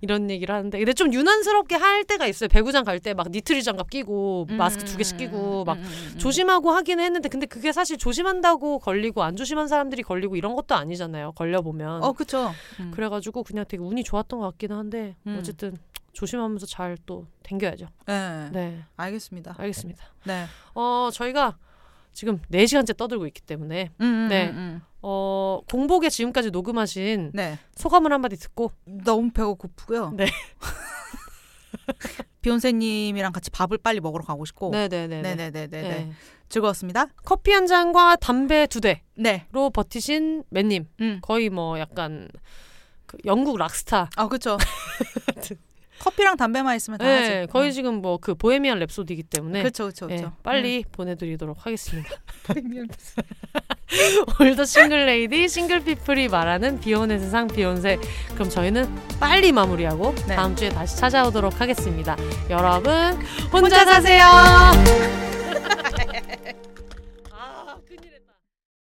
이런 얘기를 하는데 근데 좀 유난스럽게 할 때가 있어요. 배구장 갈 때 막 니트리 장갑 끼고 음, 마스크 두 개씩 끼고 막 조심하고 하긴 했는데 근데 그게 사실 조심한다고 걸리고 안 조심한 사람들이 걸리고 이런 것도 아니잖아요. 걸려보면. 어 그쵸. 음. 그래가지고 그냥 되게 운이 좋았던 것 같기는 한데 음. 어쨌든 조심하면서 잘 또 댕겨야죠. 네. 네 알겠습니다. 알겠습니다. 네. 어, 저희가 지금 4시간째 떠들고 있기 때문에 음, 음, 네. 음, 음. 어, 공복에 지금까지 녹음하신 네. 소감을 한마디 듣고 너무 배가 고프고요. 네. 비욘세님이랑 같이 밥을 빨리 먹으러 가고 싶고. 네네네 네. 어. 네네네네. 즐거웠습니다. 커피 한 잔과 담배 두 대로 네. 버티신 맨님 음. 거의 뭐 약간 그 영국 락스타 아 그쵸. 커피랑 담배만 있으면 다 네, 하지. 음. 거의 지금 뭐 그 보헤미안 랩소디이기 때문에 아, 어. 그렇죠, 그렇죠, 네, 그렇죠. 빨리 보내드리도록 하겠습니다. 음. 올더 싱글레이디 싱글피플이 말하는 비혼의 세상 비혼세 그럼 저희는 빨리 마무리하고 네. 다음 주에 다시 찾아오도록 하겠습니다. 여러분 혼자 혼자 사세요. 사세요.